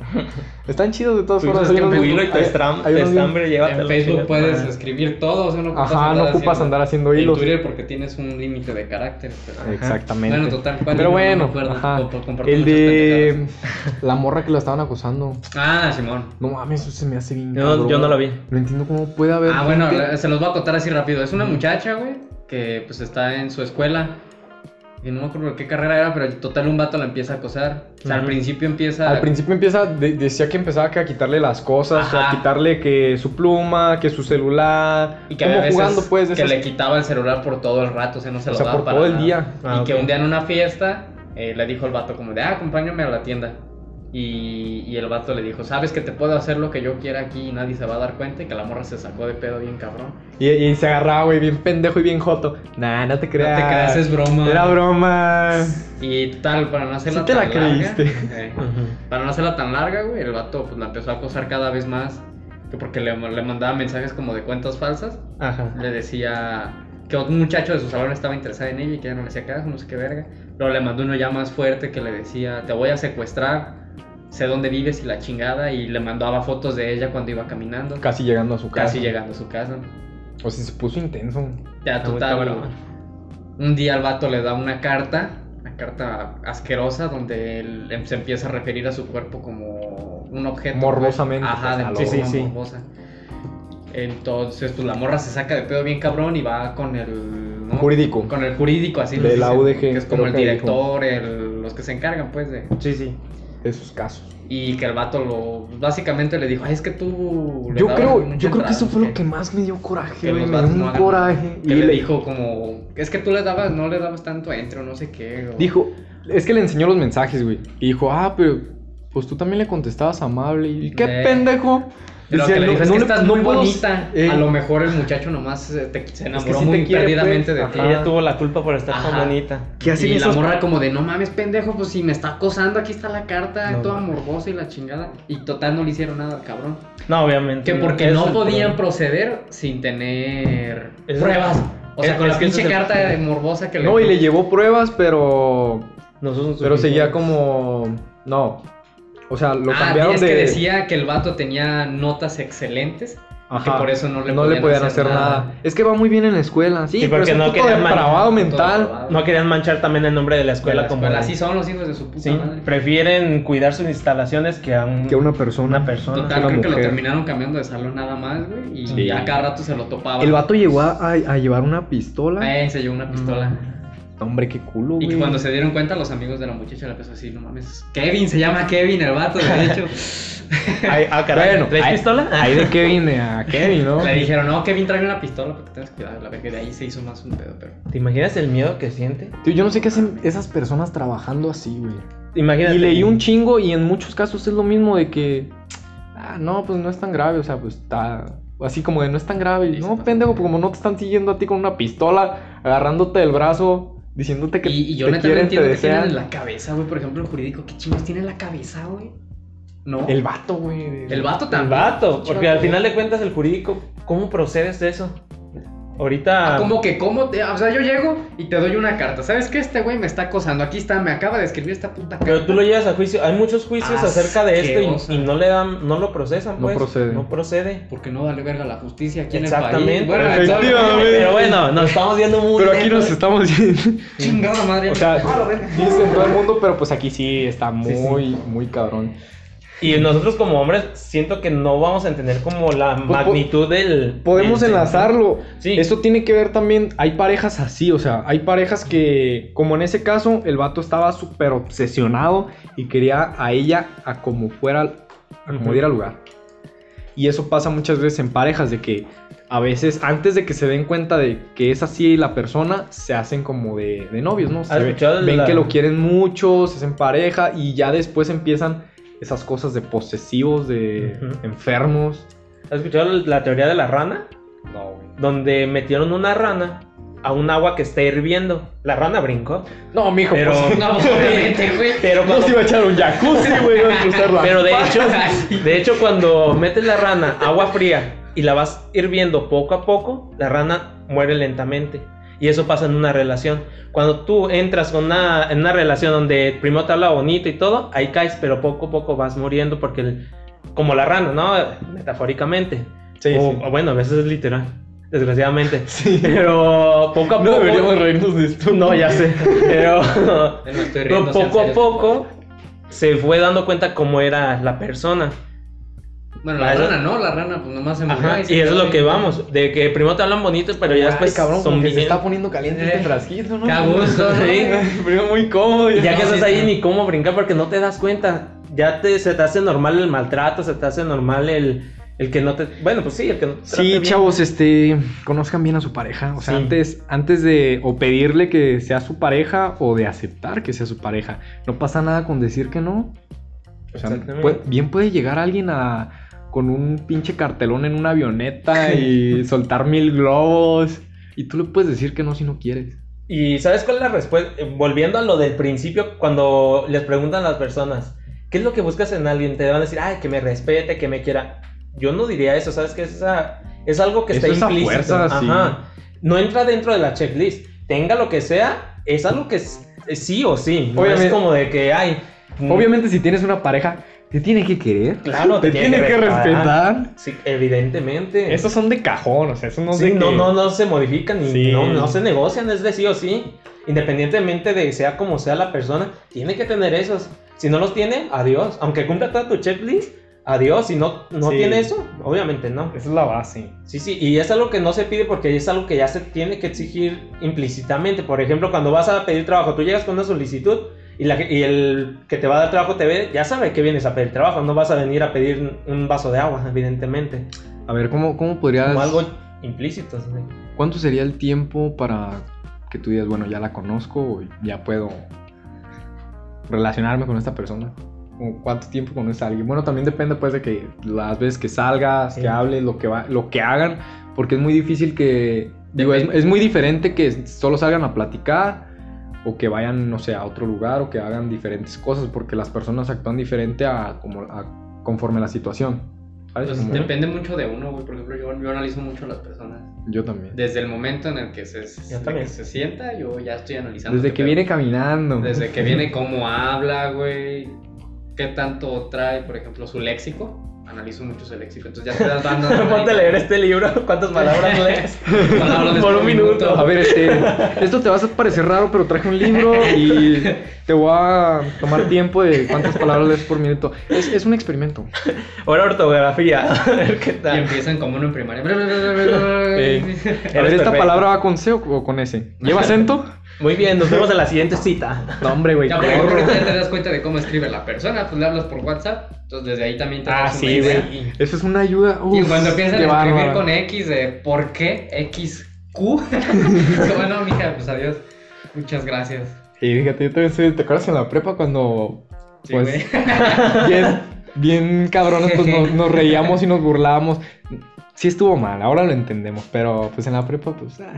Speaker 1: Están chidos de todas
Speaker 3: Pues
Speaker 1: formas. hay
Speaker 3: es que
Speaker 1: unos-
Speaker 2: Tu hilo y tu
Speaker 1: hay-
Speaker 2: estram-
Speaker 1: hay
Speaker 2: tu
Speaker 1: unos bien-
Speaker 2: estambre, llévatelo,
Speaker 3: En Facebook
Speaker 2: chingas,
Speaker 3: puedes
Speaker 2: madre.
Speaker 3: escribir todo, o sea, no ocupas
Speaker 1: Ajá,
Speaker 3: andar
Speaker 1: no ocupas
Speaker 3: haciendo-
Speaker 1: andar haciendo
Speaker 3: en
Speaker 1: hilos.
Speaker 3: Twitter porque tienes un límite de carácter. pero-
Speaker 1: Exactamente.
Speaker 3: Bueno, total, ¿cuál?
Speaker 1: Pero
Speaker 3: No me
Speaker 1: bueno,
Speaker 3: acuerdo,
Speaker 1: ajá.
Speaker 3: co- co- comparto
Speaker 1: el
Speaker 3: muchas
Speaker 1: de la morra que la estaban acusando.
Speaker 3: Ah, Simón.
Speaker 1: No mames, eso se me hace bien.
Speaker 2: Yo, yo no lo vi.
Speaker 1: No entiendo cómo puede haber.
Speaker 3: Ah, bueno,
Speaker 1: gente-
Speaker 3: pues, la- se los voy a contar así rápido. Es una muchacha, güey, que pues está en su escuela. que no me acuerdo qué carrera era, pero total un vato la empieza a acosar. O sea, al
Speaker 2: Ujú.
Speaker 3: principio empieza...
Speaker 1: Al principio empieza, de- decía que empezaba que a quitarle las cosas,
Speaker 3: Ajá.
Speaker 1: a quitarle que su pluma, que su celular,
Speaker 3: Y que
Speaker 1: como
Speaker 3: había veces
Speaker 1: jugando pues de
Speaker 3: que
Speaker 1: esas-
Speaker 3: le quitaba el celular por todo el rato, o sea, no se
Speaker 1: o
Speaker 3: lo
Speaker 1: sea,
Speaker 3: daba
Speaker 1: por
Speaker 3: para
Speaker 1: todo el
Speaker 3: nada.
Speaker 1: día.
Speaker 2: Ah,
Speaker 3: y que
Speaker 2: ok.
Speaker 3: un día en una fiesta eh, le dijo el vato como de, ah, acompáñame a la tienda. Y, y el vato le dijo, sabes que te puedo hacer lo que yo quiera aquí y nadie se va a dar cuenta. Y que la morra se sacó de pedo bien cabrón.
Speaker 1: Y, y se agarraba, güey, bien pendejo y bien joto. Nah, no te creas.
Speaker 3: No te creas, es broma.
Speaker 1: Era broma.
Speaker 3: Y tal, para no hacerla
Speaker 1: Sí te la
Speaker 3: tan larga.
Speaker 1: creíste.
Speaker 3: eh,
Speaker 2: Ujú.
Speaker 3: para no hacerla tan larga, güey, el vato pues, la empezó a acosar cada vez más. Que porque le, le mandaba mensajes como de cuentas falsas.
Speaker 2: Ajá.
Speaker 3: le decía que un muchacho de su salón estaba interesado en ella y que ella no le hacía caso, no sé qué verga. Luego le mandó uno ya más fuerte que le decía, te voy a secuestrar, sé dónde vives y la chingada. Y le mandaba fotos de ella cuando iba caminando, casi,
Speaker 1: Casi llegando a su casa.
Speaker 3: llegando a su casa.
Speaker 1: O sea, se puso intenso.
Speaker 3: Ya
Speaker 2: Ah, Está muy
Speaker 3: total,
Speaker 2: cabrón.
Speaker 3: un día el vato le da una carta, una carta asquerosa donde él em- se empieza a referir a su cuerpo como un objeto. pues.
Speaker 1: Morbosamente,
Speaker 3: Ajá,
Speaker 1: pues, a
Speaker 3: de
Speaker 1: lo
Speaker 3: sí, sí,
Speaker 2: loco.
Speaker 3: sí. morbosa. Entonces, pues la morra se saca de pedo bien cabrón y va con el... ¿no?
Speaker 1: Jurídico.
Speaker 3: Con el jurídico, así.
Speaker 1: De
Speaker 3: les
Speaker 1: la
Speaker 3: dicen,
Speaker 1: UDG,
Speaker 3: Que es como
Speaker 1: creo
Speaker 3: el
Speaker 1: que dijo.
Speaker 3: director, el- los que se encargan, pues, de...
Speaker 2: Sí, sí.
Speaker 1: De sus casos.
Speaker 3: Y que el vato lo... Básicamente le dijo, ay, es que tú... le
Speaker 1: Yo
Speaker 3: dabas
Speaker 1: creo,
Speaker 3: mucha
Speaker 1: yo creo
Speaker 3: entrada,
Speaker 1: que eso fue
Speaker 3: ¿no?
Speaker 1: lo que más me dio coraje,
Speaker 3: que
Speaker 1: güey.
Speaker 3: los
Speaker 1: Me
Speaker 3: vatos
Speaker 1: dio un
Speaker 3: no hagan-
Speaker 1: coraje.
Speaker 3: Que le dijo como... Es que tú le dabas, no le dabas tanto entre o no sé qué. o-
Speaker 1: Dijo, es que le enseñó los mensajes, güey. Y dijo, ah, pero pues tú también le contestabas amable. Y qué
Speaker 3: Eh.
Speaker 1: pendejo.
Speaker 3: Lo
Speaker 1: Decía,
Speaker 3: que le dijo es que
Speaker 1: le-
Speaker 3: estás
Speaker 1: no
Speaker 3: muy
Speaker 1: puedo-
Speaker 3: bonita.
Speaker 1: eh.
Speaker 3: A lo mejor el muchacho nomás eh, te- se enamoró
Speaker 1: sí te
Speaker 3: muy
Speaker 1: quiere,
Speaker 3: perdidamente
Speaker 1: pues,
Speaker 3: de ti.
Speaker 1: ajá.
Speaker 2: Ella tuvo la culpa por estar tan
Speaker 3: Ajá.
Speaker 2: bonita.
Speaker 1: ¿Qué hacen
Speaker 3: y la
Speaker 1: esos-
Speaker 3: morra como de, no mames, pendejo, pues si me está acosando, aquí está la carta,
Speaker 2: No
Speaker 3: toda
Speaker 2: mames.
Speaker 3: morbosa y la chingada. Y total no le hicieron nada al cabrón.
Speaker 2: No, obviamente.
Speaker 3: Que porque
Speaker 2: Ese
Speaker 3: no
Speaker 2: es el
Speaker 3: podían
Speaker 2: problema.
Speaker 3: proceder sin tener
Speaker 2: Es-
Speaker 3: pruebas. O sea,
Speaker 2: es-
Speaker 3: con
Speaker 2: es
Speaker 3: la
Speaker 2: que ese
Speaker 3: pinche
Speaker 2: es el-
Speaker 3: carta de morbosa que
Speaker 1: No, y le llevó pruebas, pero.
Speaker 2: No son
Speaker 1: Pero
Speaker 2: suficientes.
Speaker 1: seguía como. No. O sea, lo
Speaker 3: ah,
Speaker 1: cambiaron
Speaker 3: es
Speaker 1: de.
Speaker 3: que decía que el vato tenía notas excelentes y
Speaker 1: Ajá.
Speaker 3: que por eso no le
Speaker 1: no le podían hacer nada. Es que va muy bien en la escuela. Sí,
Speaker 2: Sí,
Speaker 1: pero
Speaker 2: porque
Speaker 1: es un
Speaker 2: no
Speaker 1: puto
Speaker 2: querían
Speaker 1: depravado
Speaker 3: manejar todo
Speaker 1: mental.
Speaker 3: depravado.
Speaker 2: No querían manchar también el nombre de la escuela,
Speaker 3: Escuela,
Speaker 2: como.
Speaker 3: Así son los hijos de su puta
Speaker 2: Sí,
Speaker 3: madre.
Speaker 2: prefieren cuidar sus instalaciones que a un-
Speaker 1: Que una persona.
Speaker 2: una persona.
Speaker 3: Total,
Speaker 1: una
Speaker 3: creo que lo
Speaker 1: mujer.
Speaker 3: terminaron cambiando de salón nada más, güey. Y
Speaker 1: Sí.
Speaker 3: a cada rato se lo topaba.
Speaker 1: El vato llegó a, a- a llevar una pistola.
Speaker 3: Eh, se llevó una pistola.
Speaker 1: Hombre, qué culo,
Speaker 3: Y
Speaker 1: güey.
Speaker 3: que cuando se dieron cuenta, los amigos de la muchacha le empezó a decir, no mames, Kevin, se llama Kevin el vato, de hecho.
Speaker 2: Ay, ah, caray, Ah,
Speaker 1: Bueno,
Speaker 2: ¿traes
Speaker 1: ahí-
Speaker 2: pistola?
Speaker 1: Ahí de qué vine a Kevin, ¿no?
Speaker 3: Le dijeron, no, Kevin trae una pistola porque tengas cuidado, la verga, y de ahí se hizo más un pedo, pero...
Speaker 2: ¿Te imaginas el miedo que siente?
Speaker 1: Tío, yo no sé qué hacen esas personas trabajando así, güey.
Speaker 2: Imagínate.
Speaker 1: Y leí un chingo y en muchos casos es lo mismo de que... Ah, no, pues no es tan grave, o sea, pues está... Así como de no es tan grave.
Speaker 3: Sí, sí,
Speaker 1: No,
Speaker 3: pasa.
Speaker 1: pendejo, pues como no te están siguiendo a ti con una pistola, agarrándote del brazo, diciéndote que
Speaker 3: Y, y yo
Speaker 1: te
Speaker 3: neta no
Speaker 1: quieren, te
Speaker 3: entiendo qué tienen
Speaker 1: desean.
Speaker 3: en la cabeza, güey. Por ejemplo, el jurídico, ¿qué chingos tiene en la cabeza, güey? No.
Speaker 1: El vato, güey.
Speaker 3: El vato
Speaker 2: El
Speaker 3: también.
Speaker 2: vato, porque al
Speaker 1: Chato.
Speaker 2: final de cuentas el jurídico, ¿cómo procedes de eso? Ahorita...
Speaker 3: Ah, Como que, ¿cómo? te- O sea, yo llego y te doy una carta. ¿Sabes qué? Este güey me está acosando. Aquí está, me acaba de escribir esta puta carta.
Speaker 2: Pero tú lo llevas a juicio. Hay muchos juicios acerca de esto
Speaker 3: Asqueroso.
Speaker 2: y- y, no le dan, no lo procesan,
Speaker 1: No
Speaker 2: pues.
Speaker 1: procede.
Speaker 2: No procede.
Speaker 3: Porque no vale verga la justicia aquí en el país.
Speaker 2: Exactamente.
Speaker 3: Bueno, en todo el- eh,
Speaker 1: Efectivamente.
Speaker 2: Pero bueno, nos estamos viendo muy
Speaker 1: Pero aquí
Speaker 2: lejos.
Speaker 1: nos estamos...
Speaker 3: Chingada madre.
Speaker 1: o sea,
Speaker 3: Ah, la verga.
Speaker 1: dicen todo el mundo, pero pues aquí sí está
Speaker 2: Sí, sí.
Speaker 1: muy, muy cabrón.
Speaker 2: Y nosotros como hombres siento que no vamos a entender como la
Speaker 1: po-
Speaker 2: magnitud del...
Speaker 1: Podemos
Speaker 3: Este,
Speaker 2: del-
Speaker 1: enlazarlo.
Speaker 2: Sí.
Speaker 1: Eso tiene que ver también. Hay parejas así, o sea, hay parejas que, como en ese caso, el vato estaba súper obsesionado y quería a ella a como fuera, a como
Speaker 2: Ujú.
Speaker 1: diera lugar. Y eso pasa muchas veces en parejas, de que a veces, antes de que se den cuenta de que es así la persona, se hacen como de, de novios, ¿no? Se
Speaker 2: ¿Has
Speaker 1: ve-
Speaker 2: escuchado
Speaker 1: ven
Speaker 2: la-
Speaker 1: que lo quieren mucho, se hacen pareja y ya después empiezan esas cosas de posesivos, de
Speaker 2: Ujú.
Speaker 1: enfermos.
Speaker 2: ¿Has escuchado la teoría de la rana?
Speaker 1: No, güey.
Speaker 2: Donde metieron una rana a un agua que está hirviendo. La rana brincó.
Speaker 1: No, mijo,
Speaker 2: Pero...
Speaker 1: pues,
Speaker 3: No, obviamente, güey.
Speaker 2: Pero cuando-
Speaker 1: se iba a echar un jacuzzi, güey, iba a cruzar la
Speaker 2: Pero de
Speaker 1: pata.
Speaker 2: hecho, de hecho, cuando metes la rana agua fría y la vas hirviendo poco a poco, la rana muere lentamente. Y eso pasa en una relación. Cuando tú entras con una- en una relación donde primero te habla bonito y todo, ahí caes, pero poco a poco vas muriendo porque, el- como la rana, ¿no? Metafóricamente.
Speaker 1: Sí,
Speaker 2: o,
Speaker 1: sí.
Speaker 2: o bueno, a veces es literal, desgraciadamente. Pero poco a poco...
Speaker 1: reírnos de esto.
Speaker 2: No, ya sé. Pero
Speaker 3: No estoy
Speaker 2: pero
Speaker 3: riendo, sean
Speaker 2: poco a
Speaker 3: serios.
Speaker 2: poco se fue dando cuenta cómo era la persona.
Speaker 3: Bueno, la
Speaker 2: Ah, eso-
Speaker 3: rana, ¿no? La rana, pues nomás se murió.
Speaker 2: Ajá,
Speaker 3: y se
Speaker 2: y eso es
Speaker 3: quedó
Speaker 2: lo que
Speaker 3: ahí.
Speaker 2: vamos, de que primero te hablan bonito, pero ya
Speaker 1: Ay,
Speaker 2: después
Speaker 1: cabrón,
Speaker 2: son
Speaker 1: como que
Speaker 2: bien...
Speaker 1: se está poniendo caliente
Speaker 3: Eh,
Speaker 1: este frasquito, ¿no?
Speaker 3: qué a gusto, ¿no?
Speaker 1: Sí, Pero muy cómodo.
Speaker 2: Y ya
Speaker 3: No,
Speaker 2: que estás
Speaker 3: sí,
Speaker 2: ahí
Speaker 3: sí.
Speaker 2: ni cómo brincar porque no te das cuenta. Ya te, se te hace normal el maltrato, se te hace normal el, el que no te... Bueno, pues sí, el que no te trate
Speaker 1: Sí,
Speaker 2: bien.
Speaker 1: chavos, este, conozcan bien a su pareja. O sea,
Speaker 2: Sí.
Speaker 1: antes, antes de o pedirle que sea su pareja o de aceptar que sea su pareja. No pasa nada con decir que no. O sea, pues,
Speaker 2: Exactamente.
Speaker 1: pue- bien puede llegar alguien a con un pinche cartelón en una avioneta y soltar mil globos. Y tú le puedes decir que no si no quieres.
Speaker 2: Y ¿sabes cuál es la respuesta? Eh, Volviendo a lo del principio, cuando les preguntan a las personas, ¿qué es lo que buscas en alguien? Te van a decir, ay, que me respete, que me quiera. Yo no diría eso, ¿sabes? Que es, esa- es algo que
Speaker 1: Eso
Speaker 2: está
Speaker 1: es a
Speaker 2: implícito.
Speaker 1: fuerza, sí.
Speaker 2: Ajá. No entra dentro de la checklist. Tenga lo que sea, es algo que es, es sí o sí. No
Speaker 1: Obviamente.
Speaker 2: es como de que, ay... mm,
Speaker 1: Obviamente, si tienes una pareja, te tiene que querer.
Speaker 2: Claro,
Speaker 1: te, tiene que respetar.
Speaker 2: Sí, evidentemente.
Speaker 1: Esos son de cajón, o sea, eso no
Speaker 2: Sí,
Speaker 1: sé
Speaker 2: no, no, no se modifican y
Speaker 1: Sí.
Speaker 2: no, no se negocian, es de sí o sí. Independientemente de sea como sea la persona, tiene que tener esos. Si no los tiene, adiós. Aunque cumpla toda tu checklist, adiós. Si no, no
Speaker 1: Sí.
Speaker 2: tiene eso, obviamente no.
Speaker 1: Esa es la base.
Speaker 2: Sí, sí, y es algo que no se pide porque es algo que ya se tiene que exigir implícitamente. Por ejemplo, cuando vas a pedir trabajo, tú llegas con una solicitud y, la, que- y el que te va a dar trabajo te ve, ya sabe que vienes a pedir trabajo, no vas a venir a pedir un vaso de agua, evidentemente.
Speaker 1: A ver, ¿cómo, cómo podrías...?
Speaker 2: Como algo implícito. sí.
Speaker 1: ¿Cuánto sería el tiempo para que tú digas, bueno, ya la conozco o ya puedo relacionarme con esta persona? ¿O ¿Cuánto tiempo conoces a alguien? Bueno, también depende pues de que las veces que salgas,
Speaker 2: Sí.
Speaker 1: que hables, lo que, va, lo que hagan, porque es muy difícil que... Digo, es,
Speaker 3: Depende.
Speaker 1: es muy diferente que solo salgan a platicar o que vayan, no sé, a otro lugar o que hagan diferentes cosas, porque las personas actúan diferente a, como, a- conforme a la situación. ¿sabes?
Speaker 3: Pues
Speaker 1: Como-
Speaker 3: depende mucho de uno, güey. Por ejemplo, yo, yo analizo mucho a las personas.
Speaker 1: Yo también.
Speaker 3: Desde el momento en el que se, en el
Speaker 2: también.
Speaker 3: que se sienta, yo ya estoy analizando.
Speaker 1: Desde
Speaker 3: qué
Speaker 1: que
Speaker 3: pedo.
Speaker 1: viene caminando.
Speaker 3: Desde que viene cómo habla, güey. Qué tanto trae, por ejemplo, su léxico. Analizo mucho su léxico. Entonces ya te das dando.
Speaker 2: Ponte a leer este libro, cuántas palabras lees.
Speaker 3: Cuando hablo de
Speaker 2: Por un minuto.
Speaker 1: A ver, este, esto te va a parecer raro, pero traje un libro y te voy a tomar tiempo de cuántas palabras lees por minuto. Es, es un experimento.
Speaker 2: Ahora ortografía, a ver qué
Speaker 3: Y
Speaker 2: tal.
Speaker 3: empiezan como uno en primaria.
Speaker 1: Sí. A
Speaker 2: Eres
Speaker 1: ver, ¿esta
Speaker 2: perfecto.
Speaker 1: palabra va con C o- o con S? ¿Lleva acento?
Speaker 2: Muy bien, nos vemos en la siguiente cita.
Speaker 1: No, hombre, güey.
Speaker 3: Ya, por ejemplo,
Speaker 1: corro.
Speaker 3: ya te das cuenta de cómo escribe la persona, pues le hablas por WhatsApp, entonces desde ahí también te
Speaker 2: Ah,
Speaker 3: das una idea.
Speaker 1: Eso es una ayuda.
Speaker 3: Y
Speaker 1: Ah, Uf,
Speaker 3: cuando empiezan
Speaker 1: qué
Speaker 3: a escribir
Speaker 1: bárbaro.
Speaker 3: con E. X de por qué XQ, bueno, mija, pues adiós. Muchas gracias.
Speaker 1: Y fíjate, yo también soy, ¿te acuerdas en la prepa cuando
Speaker 3: Sí,
Speaker 1: Pues-
Speaker 3: güey.
Speaker 1: bien, bien cabrones, pues nos, nos reíamos y nos burlábamos? Sí estuvo mal, ahora lo entendemos, pero pues en la prepa, pues... ah.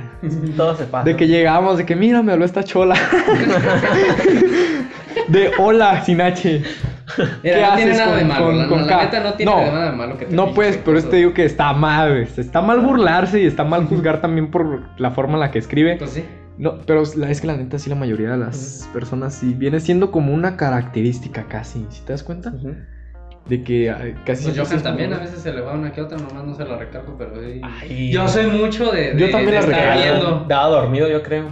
Speaker 2: Todo se pasa.
Speaker 1: De que llegamos, de que mira, me habló esta chola. de hola, sin H. ¿Qué
Speaker 3: Mira, no tiene
Speaker 1: haces
Speaker 3: nada de
Speaker 1: con-
Speaker 3: malo.
Speaker 1: con-
Speaker 3: la,
Speaker 1: con
Speaker 3: la
Speaker 1: K?
Speaker 3: neta no tiene
Speaker 1: No,
Speaker 3: nada de malo que te
Speaker 1: No
Speaker 3: digan
Speaker 1: pues,
Speaker 3: esas
Speaker 1: pero
Speaker 3: cosas.
Speaker 1: este digo que está mal, güey. está mal burlarse y está mal juzgar también por la forma en la que escribe.
Speaker 3: Pues sí.
Speaker 1: No, pero la- es que la neta sí la mayoría de las personas sí viene siendo como una característica casi, si te das cuenta?
Speaker 2: Ujú.
Speaker 1: De que ay, casi
Speaker 3: Pues
Speaker 1: siempre
Speaker 3: Johan
Speaker 1: es como-
Speaker 3: también a veces se le va una que otra, nomás no se la recargo, pero sí.
Speaker 2: Ay.
Speaker 3: Yo soy mucho de.
Speaker 1: Yo
Speaker 3: de-
Speaker 1: también
Speaker 3: de
Speaker 1: la
Speaker 3: estar
Speaker 1: recargo.
Speaker 3: viendo.
Speaker 2: Daba dormido, yo creo.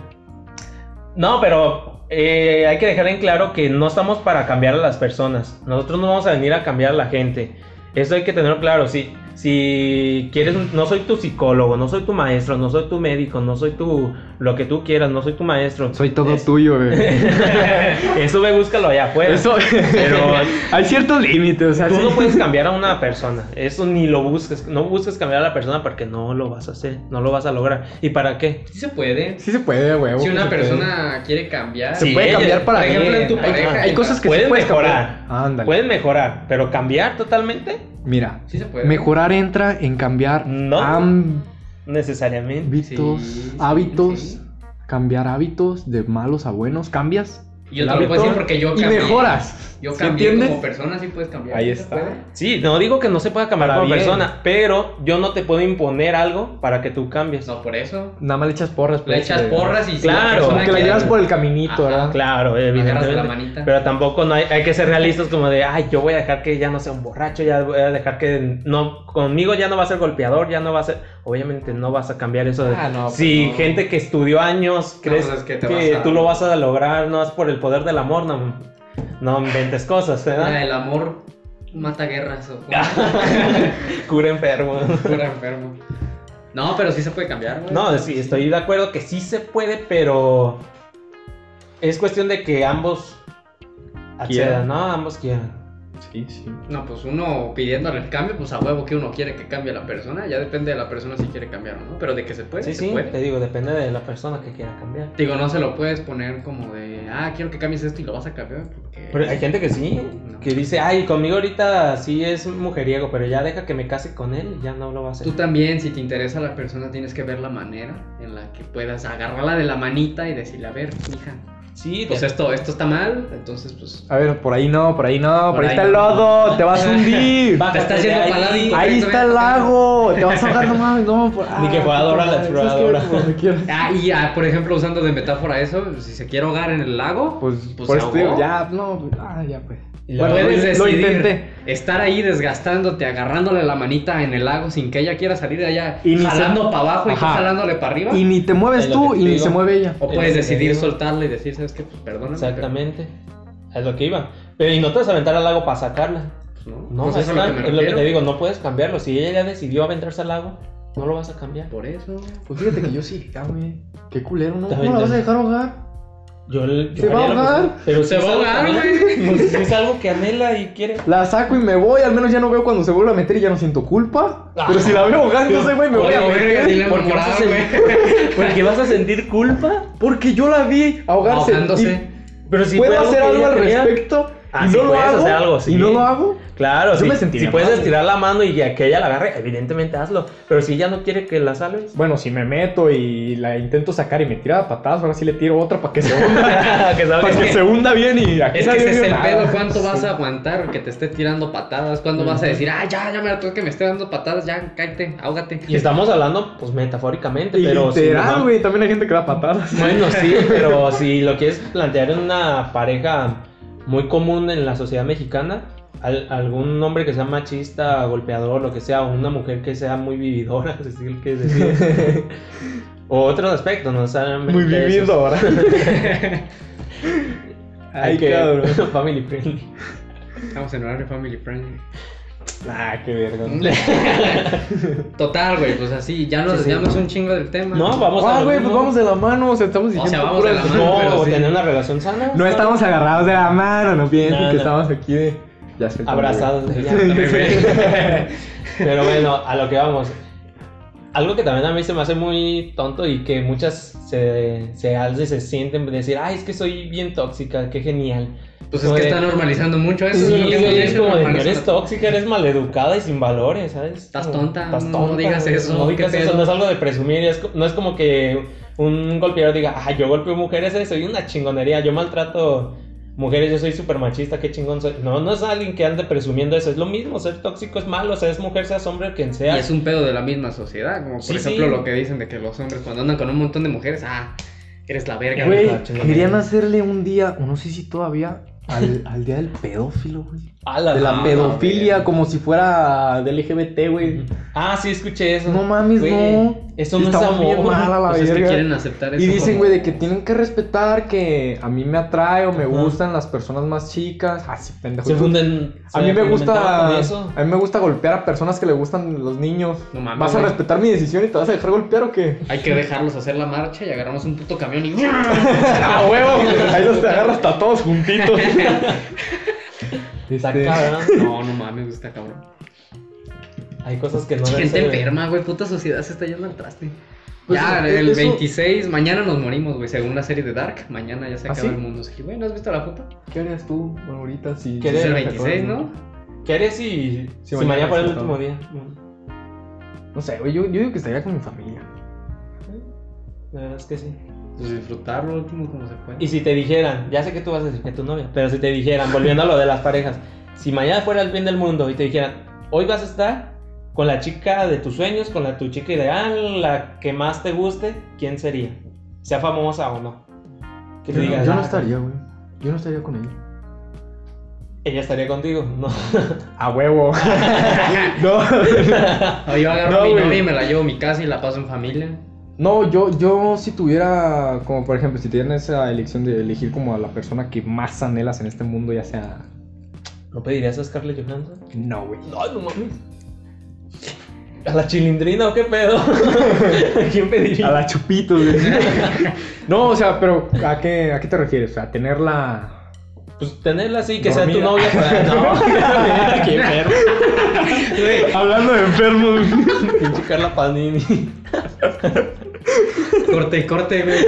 Speaker 2: No, pero eh, hay que dejar en claro que no estamos para cambiar a las personas. Nosotros no vamos a venir a cambiar a la gente. Eso hay que tenerlo claro. Si, si quieres, un- no soy tu psicólogo, no soy tu maestro, no soy tu médico, no soy tu lo que tú quieras, no soy tu maestro.
Speaker 1: Soy todo
Speaker 2: Es-
Speaker 1: tuyo, güey.
Speaker 2: Eso ve, búscalo allá afuera.
Speaker 1: Eso,
Speaker 2: Pero
Speaker 1: hay ciertos límites, o sea,
Speaker 2: Tú
Speaker 1: sí.
Speaker 2: no puedes cambiar a una persona. Eso ni lo busques. No busques cambiar a la persona porque no lo vas a hacer. No lo vas a lograr. ¿Y para qué?
Speaker 3: Sí se puede.
Speaker 1: sí se puede, güey.
Speaker 3: Si una
Speaker 1: se puede.
Speaker 3: persona quiere cambiar.
Speaker 1: se
Speaker 2: Sí,
Speaker 1: puede
Speaker 2: ella-
Speaker 1: cambiar para
Speaker 3: por ejemplo,
Speaker 1: bien.
Speaker 3: en tu
Speaker 1: Hay-
Speaker 3: pareja,
Speaker 1: hay,
Speaker 3: mientras-
Speaker 1: cosas que
Speaker 2: Pueden
Speaker 1: se puede
Speaker 2: mejorar.
Speaker 1: Ándale.
Speaker 2: Pueden mejorar, pero cambiar totalmente,
Speaker 1: Mira,
Speaker 3: Sí se puede.
Speaker 1: mejorar entra en cambiar
Speaker 2: No.
Speaker 1: hábitos,
Speaker 2: necesariamente.
Speaker 3: Sí, sí,
Speaker 1: hábitos,
Speaker 3: sí.
Speaker 1: cambiar hábitos de malos a buenos, cambias
Speaker 3: Y yo
Speaker 1: el
Speaker 3: te lo puedo
Speaker 1: hábito
Speaker 3: decir porque yo
Speaker 1: y
Speaker 3: cambié.
Speaker 1: mejoras.
Speaker 3: Yo
Speaker 1: ¿Sí
Speaker 3: cambié
Speaker 1: entiendes?
Speaker 3: como persona, sí puedes cambiar.
Speaker 1: Ahí
Speaker 3: ¿sí se
Speaker 1: está.
Speaker 3: puede?
Speaker 2: Sí, no digo que no se pueda cambiar
Speaker 1: Para
Speaker 2: como
Speaker 1: bien.
Speaker 2: persona, pero yo no te puedo imponer algo para que tú cambies.
Speaker 3: Pues No, por eso.
Speaker 1: Nada más le echas porras.
Speaker 3: Le
Speaker 1: pues,
Speaker 3: echas
Speaker 1: de-
Speaker 3: porras y si
Speaker 2: Claro,
Speaker 1: Como
Speaker 3: persona
Speaker 1: que la
Speaker 3: quiere-
Speaker 1: llevas por el caminito,
Speaker 3: Ajá.
Speaker 1: ¿verdad?
Speaker 2: Claro,
Speaker 3: Agarras la
Speaker 2: evidentemente.
Speaker 3: manita.
Speaker 2: Pero tampoco no hay, hay que ser realistas como de, ay, yo voy a dejar que ya no sea un borracho, ya voy a dejar que no, conmigo ya no va a ser golpeador, ya no va a ser, obviamente no vas a cambiar eso de,
Speaker 1: Ah, no, pues
Speaker 2: si
Speaker 1: no.
Speaker 2: gente que estudió años, crees
Speaker 3: pues es
Speaker 2: que,
Speaker 3: que te vas a-
Speaker 2: tú lo vas a lograr, no es por el poder del amor, no, no inventes cosas,
Speaker 3: La
Speaker 2: ¿verdad?
Speaker 3: del amor. Mata guerras o
Speaker 2: Cura enfermo.
Speaker 3: cura enfermo. No, pero sí se puede cambiar, güey.
Speaker 2: No, sí, estoy de acuerdo que sí se puede, pero es cuestión de que ambos accedan,
Speaker 1: Quieran.
Speaker 2: ¿no? Ambos quieran.
Speaker 1: Sí, sí.
Speaker 3: No, pues uno pidiéndole el cambio, pues a huevo que uno quiere que cambie la persona. Ya depende de la persona si quiere cambiar o no. Pero de que se puede,
Speaker 2: Sí, eh.
Speaker 3: se
Speaker 2: sí,
Speaker 3: puede.
Speaker 2: te digo, depende de la persona que quiera cambiar.
Speaker 3: Digo, no se lo puedes poner como de, ah, quiero que cambies esto y lo vas a cambiar. Porque...
Speaker 2: Pero hay gente que sí,
Speaker 3: No.
Speaker 2: que dice, ay, conmigo ahorita sí es mujeriego, pero ya deja que me case con él y ya no lo va a hacer.
Speaker 3: Tú también, si te interesa la persona, tienes que ver la manera en la que puedas agarrarla de la manita y decirle, a ver, hija,
Speaker 2: Sí,
Speaker 3: pues
Speaker 2: de-
Speaker 3: esto, esto está mal, entonces pues...
Speaker 1: A ver, por ahí no, por ahí no, por,
Speaker 3: Por
Speaker 1: ahí,
Speaker 3: ahí
Speaker 1: está el
Speaker 3: no.
Speaker 1: lodo, te vas a hundir.
Speaker 2: Bájate
Speaker 3: estás
Speaker 2: de
Speaker 3: yendo
Speaker 2: ahí.
Speaker 3: para
Speaker 1: Ah, ahí
Speaker 3: el lado correcto,
Speaker 1: está
Speaker 3: ve,
Speaker 1: el
Speaker 3: correcto.
Speaker 1: lago, te vas a ahogar, no mames, no. Por... ah,
Speaker 2: Ni que fuera Dora la exploradora.
Speaker 1: Pues,
Speaker 3: Ah, y ah, por ejemplo, usando de metáfora eso, si se quiere ahogar en el lago,
Speaker 1: Pues,
Speaker 3: Pues
Speaker 1: por
Speaker 3: se
Speaker 1: eso te digo,
Speaker 3: ahogó.
Speaker 1: ya, no, pues, ah, ya pues.
Speaker 2: Y la-
Speaker 1: lo-
Speaker 3: puedes decidir
Speaker 1: lo intenté.
Speaker 3: estar ahí desgastándote, agarrándole la manita en el lago sin que ella quiera salir de allá,
Speaker 1: Y ni se-
Speaker 3: jalando para abajo y tú
Speaker 1: Ajá.
Speaker 3: jalándole para arriba.
Speaker 1: Y ni te mueves
Speaker 2: Es lo
Speaker 1: tú
Speaker 2: que
Speaker 1: y
Speaker 2: te
Speaker 1: ni
Speaker 2: digo.
Speaker 1: se mueve ella.
Speaker 3: O
Speaker 2: Es
Speaker 3: puedes
Speaker 2: lo que
Speaker 3: decidir
Speaker 2: digo.
Speaker 3: soltarla y decir, ¿sabes qué? Pues perdóname.
Speaker 2: Exactamente. Es lo que iba. Pero y no te vas a aventar al lago para sacarla.
Speaker 3: pero, pues, no,
Speaker 2: No,
Speaker 3: Pues eso es lo que me
Speaker 2: es lo que
Speaker 3: refiero.
Speaker 2: te digo, no puedes cambiarlo. Si ella ya decidió aventarse al lago, no lo vas a cambiar.
Speaker 3: Por eso.
Speaker 1: Pues fíjate que yo sí, ya, güey. Qué culero, ¿no?
Speaker 2: Está
Speaker 1: ¿Cómo la
Speaker 2: bien,
Speaker 1: vas a
Speaker 2: está
Speaker 1: dejar ahogar?
Speaker 2: Yo, yo
Speaker 1: Se va
Speaker 2: haría
Speaker 1: a
Speaker 2: lo
Speaker 1: ahogar.
Speaker 2: mismo. Pero si
Speaker 3: Se
Speaker 2: es
Speaker 3: va a
Speaker 2: algo que
Speaker 3: ahogar,
Speaker 2: anhela-
Speaker 3: güey.
Speaker 2: pues, si es algo que anhela y quiere.
Speaker 1: La saco y me voy, al menos ya no veo cuando se vuelve a meter y ya no siento culpa.
Speaker 2: Ah.
Speaker 1: Pero si la veo ahogar, yo sé, güey, me voy a
Speaker 3: Oye,
Speaker 1: morir.
Speaker 3: verga, dile al
Speaker 2: Porque vas, a
Speaker 3: enamorado,
Speaker 2: sentir, porque vas a sentir culpa.
Speaker 1: Porque yo la vi ahogarse.
Speaker 3: Ahogándose.
Speaker 2: Pero
Speaker 1: Y
Speaker 2: si
Speaker 1: Ah,
Speaker 2: fue
Speaker 1: puedo hacer
Speaker 2: que
Speaker 1: algo
Speaker 2: ella
Speaker 1: al
Speaker 2: quería-
Speaker 1: respecto.
Speaker 2: Ah,
Speaker 1: y
Speaker 2: sí
Speaker 1: no lo
Speaker 2: puedes
Speaker 1: hago.
Speaker 2: hacer algo, sí.
Speaker 1: Y no lo hago.
Speaker 2: Claro,
Speaker 1: Yo
Speaker 2: si,
Speaker 1: me sentiría
Speaker 2: si puedes
Speaker 1: mal.
Speaker 2: estirar la mano y ya que ella la agarre, evidentemente hazlo. Pero si ella no quiere que la salves,
Speaker 1: Bueno, si me meto y la intento sacar y me tira a patadas, ahora sí le tiro otra para que se hunda.
Speaker 2: que salga.
Speaker 1: para Pues que se hunda bien y aquí
Speaker 3: Es que
Speaker 1: nadie
Speaker 3: ese es
Speaker 1: vio
Speaker 3: el
Speaker 1: nada.
Speaker 3: pedo, ¿cuánto
Speaker 1: Sí.
Speaker 3: vas a aguantar que te esté tirando patadas? ¿Cuándo vas a decir, ah, ya, ya me hartó que me esté dando patadas, ya, cállate, ahógate?
Speaker 2: Y estamos hablando, pues metafóricamente,
Speaker 1: Y
Speaker 2: pero. si
Speaker 1: literal,
Speaker 2: no-
Speaker 1: güey, también hay gente que da patadas.
Speaker 2: Bueno, sí, pero si lo quieres plantear en una pareja muy común en la sociedad mexicana, al- algún hombre que sea machista, golpeador, lo que sea, o una mujer que sea muy vividora, es decir, que decir. o otros aspectos, no necesariamente.
Speaker 1: Muy
Speaker 2: esos.
Speaker 1: vivido ahora. Ay,
Speaker 2: Hay que-
Speaker 1: cabrón.
Speaker 2: Family friendly.
Speaker 3: Estamos en horario family friendly.
Speaker 1: Ah, qué verga.
Speaker 3: Total, güey, pues así, ya nos
Speaker 2: Sí, sí.
Speaker 3: desviamos un chingo del tema.
Speaker 2: No, vamos a.
Speaker 1: Ah,
Speaker 2: lo
Speaker 1: güey, pues
Speaker 2: mismo.
Speaker 1: vamos de la mano, o sea, estamos
Speaker 3: sea,
Speaker 1: diciendo
Speaker 3: vamos de
Speaker 1: puras-
Speaker 3: la mano, pero
Speaker 2: No,
Speaker 3: sí.
Speaker 2: tener una relación sana.
Speaker 1: No estamos agarrados de la mano, no piensen
Speaker 2: No,
Speaker 1: que
Speaker 2: no.
Speaker 1: estamos aquí de... Ya sé,
Speaker 2: abrazados.
Speaker 1: güey.
Speaker 2: ya.
Speaker 3: También.
Speaker 2: Pero bueno, a lo que vamos. Algo que también a mí se me hace muy tonto y que muchas se, se alza y se sienten decir, ay, es que soy bien tóxica, qué genial.
Speaker 3: Pues es que está normalizando mucho eso.
Speaker 2: Sí,
Speaker 3: es lo que hemos
Speaker 2: güey, es
Speaker 3: dicho,
Speaker 2: como de que
Speaker 3: normalizando.
Speaker 2: eres tóxica, eres maleducada y sin valores, ¿sabes?
Speaker 3: Estás
Speaker 2: Como,
Speaker 3: tonta, no digas
Speaker 2: güey,
Speaker 3: eso,
Speaker 2: No
Speaker 3: ¿qué
Speaker 2: digas eso,
Speaker 3: pedo?
Speaker 2: no es algo de presumir, es co- no es como que un golpeador diga, ay, yo golpeo mujeres, eh, soy una chingonería, yo maltrato mujeres, yo soy súper machista, qué chingón soy. No, no es alguien que ande presumiendo eso, es lo mismo, ser tóxico es malo, seas mujer, seas hombre, quien
Speaker 3: Y
Speaker 2: sea.
Speaker 3: es un pedo de la misma sociedad, como por
Speaker 2: Sí,
Speaker 3: ejemplo
Speaker 2: sí.
Speaker 3: lo que dicen de que los hombres cuando andan con un montón de mujeres, ah, eres la verga.
Speaker 1: Güey,
Speaker 2: la chingada.
Speaker 1: querían hacerle un día, o no sé si todavía, al, al día del pedófilo, güey.
Speaker 2: A la
Speaker 1: De
Speaker 2: madre.
Speaker 1: la pedofilia,
Speaker 3: güey.
Speaker 1: como si fuera del LGBT, güey.
Speaker 2: Ah, sí, escuché eso.
Speaker 1: No mames,
Speaker 2: Güey,
Speaker 1: no.
Speaker 2: Eso no es
Speaker 1: Está muy
Speaker 2: amor.
Speaker 1: mal a la
Speaker 3: Pues es que
Speaker 1: verga.
Speaker 3: quieren aceptar eso.
Speaker 1: Y dicen,
Speaker 3: como-
Speaker 1: güey, de que tienen que respetar que a mí me atrae o me
Speaker 2: Ajá.
Speaker 1: gustan las personas más chicas. Ah, sí, pendejo.
Speaker 2: Se funden.
Speaker 1: A
Speaker 2: se
Speaker 1: mí me
Speaker 2: fundamentaban
Speaker 1: gusta.
Speaker 2: con eso.
Speaker 1: A mí me gusta golpear a personas que le gustan los niños.
Speaker 3: No mames,
Speaker 1: ¿Vas a
Speaker 3: güey.
Speaker 1: respetar mi decisión y te vas a dejar golpear o qué?
Speaker 3: Hay que dejarlos hacer la marcha y agarramos un puto camión y.
Speaker 1: ¡A huevo! Ahí los te agarras hasta todos juntitos.
Speaker 2: Está
Speaker 1: Este,
Speaker 2: cabrón.
Speaker 3: No, no mames, está cabrón.
Speaker 2: Hay cosas que no deben
Speaker 3: Gente
Speaker 2: ser, güey.
Speaker 3: enferma, güey, puta sociedad se está yendo al traste.
Speaker 1: Pues,
Speaker 3: ya,
Speaker 1: eh,
Speaker 3: el
Speaker 1: eso-
Speaker 3: 26, mañana nos morimos, güey, según la serie de Dark. Mañana ya se
Speaker 1: ¿Ah,
Speaker 3: acaba
Speaker 1: sí?
Speaker 3: el mundo. Sí, güey, ¿no has visto la foto?
Speaker 1: ¿Qué harías tú bueno, ahorita si.?
Speaker 2: ¿Qué
Speaker 1: si
Speaker 3: Es el
Speaker 1: se
Speaker 3: 26,
Speaker 1: acaban?
Speaker 3: ¿no?
Speaker 2: ¿Qué harías si, si
Speaker 1: mañana
Speaker 2: mañana fuera el
Speaker 1: es
Speaker 2: último día?
Speaker 1: No sé, güey. Yo, yo digo que estaría con mi familia.
Speaker 2: La verdad es que sí.
Speaker 3: Pues disfrutarlo lo último como se puede.
Speaker 2: Y si te dijeran, ya sé que tú vas a decir que tu novia, pero si te dijeran, volviendo a lo de las parejas, si mañana fuera el fin del mundo y te dijeran, hoy vas a estar con la chica de tus sueños, con la tu chica ideal, la que más te guste, ¿quién sería? Sea famosa o no. Que
Speaker 1: Yo,
Speaker 2: te
Speaker 1: no-
Speaker 2: digas,
Speaker 1: yo no
Speaker 2: "Ah,
Speaker 1: estaría, güey. Yo no estaría con ella.
Speaker 2: Ella estaría contigo, no.
Speaker 1: ¡A huevo! no.
Speaker 3: O yo agarro
Speaker 1: No,
Speaker 3: a mi
Speaker 1: güey.
Speaker 3: novia y me la llevo a mi casa y la paso en familia.
Speaker 1: No, yo, yo si tuviera, como por ejemplo, si tienes esa elección de elegir como a la persona que más anhelas en este mundo, ya sea
Speaker 2: ¿No pedirías a Scarlett Johansson?
Speaker 1: No, güey.
Speaker 2: No, no mames. ¿A la chilindrina o qué pedo? ¿A quién pediría?
Speaker 1: A la chupitos, güey. no, o sea, pero ¿a qué, ¿a qué te refieres? ¿A tenerla...?
Speaker 2: Pues tenerla así, que sea tu novia
Speaker 1: Dormida.
Speaker 2: para. No, qué perro.
Speaker 1: Hablando de enfermos.
Speaker 2: Pinche Carla Panini.
Speaker 3: Corte, corte, güey.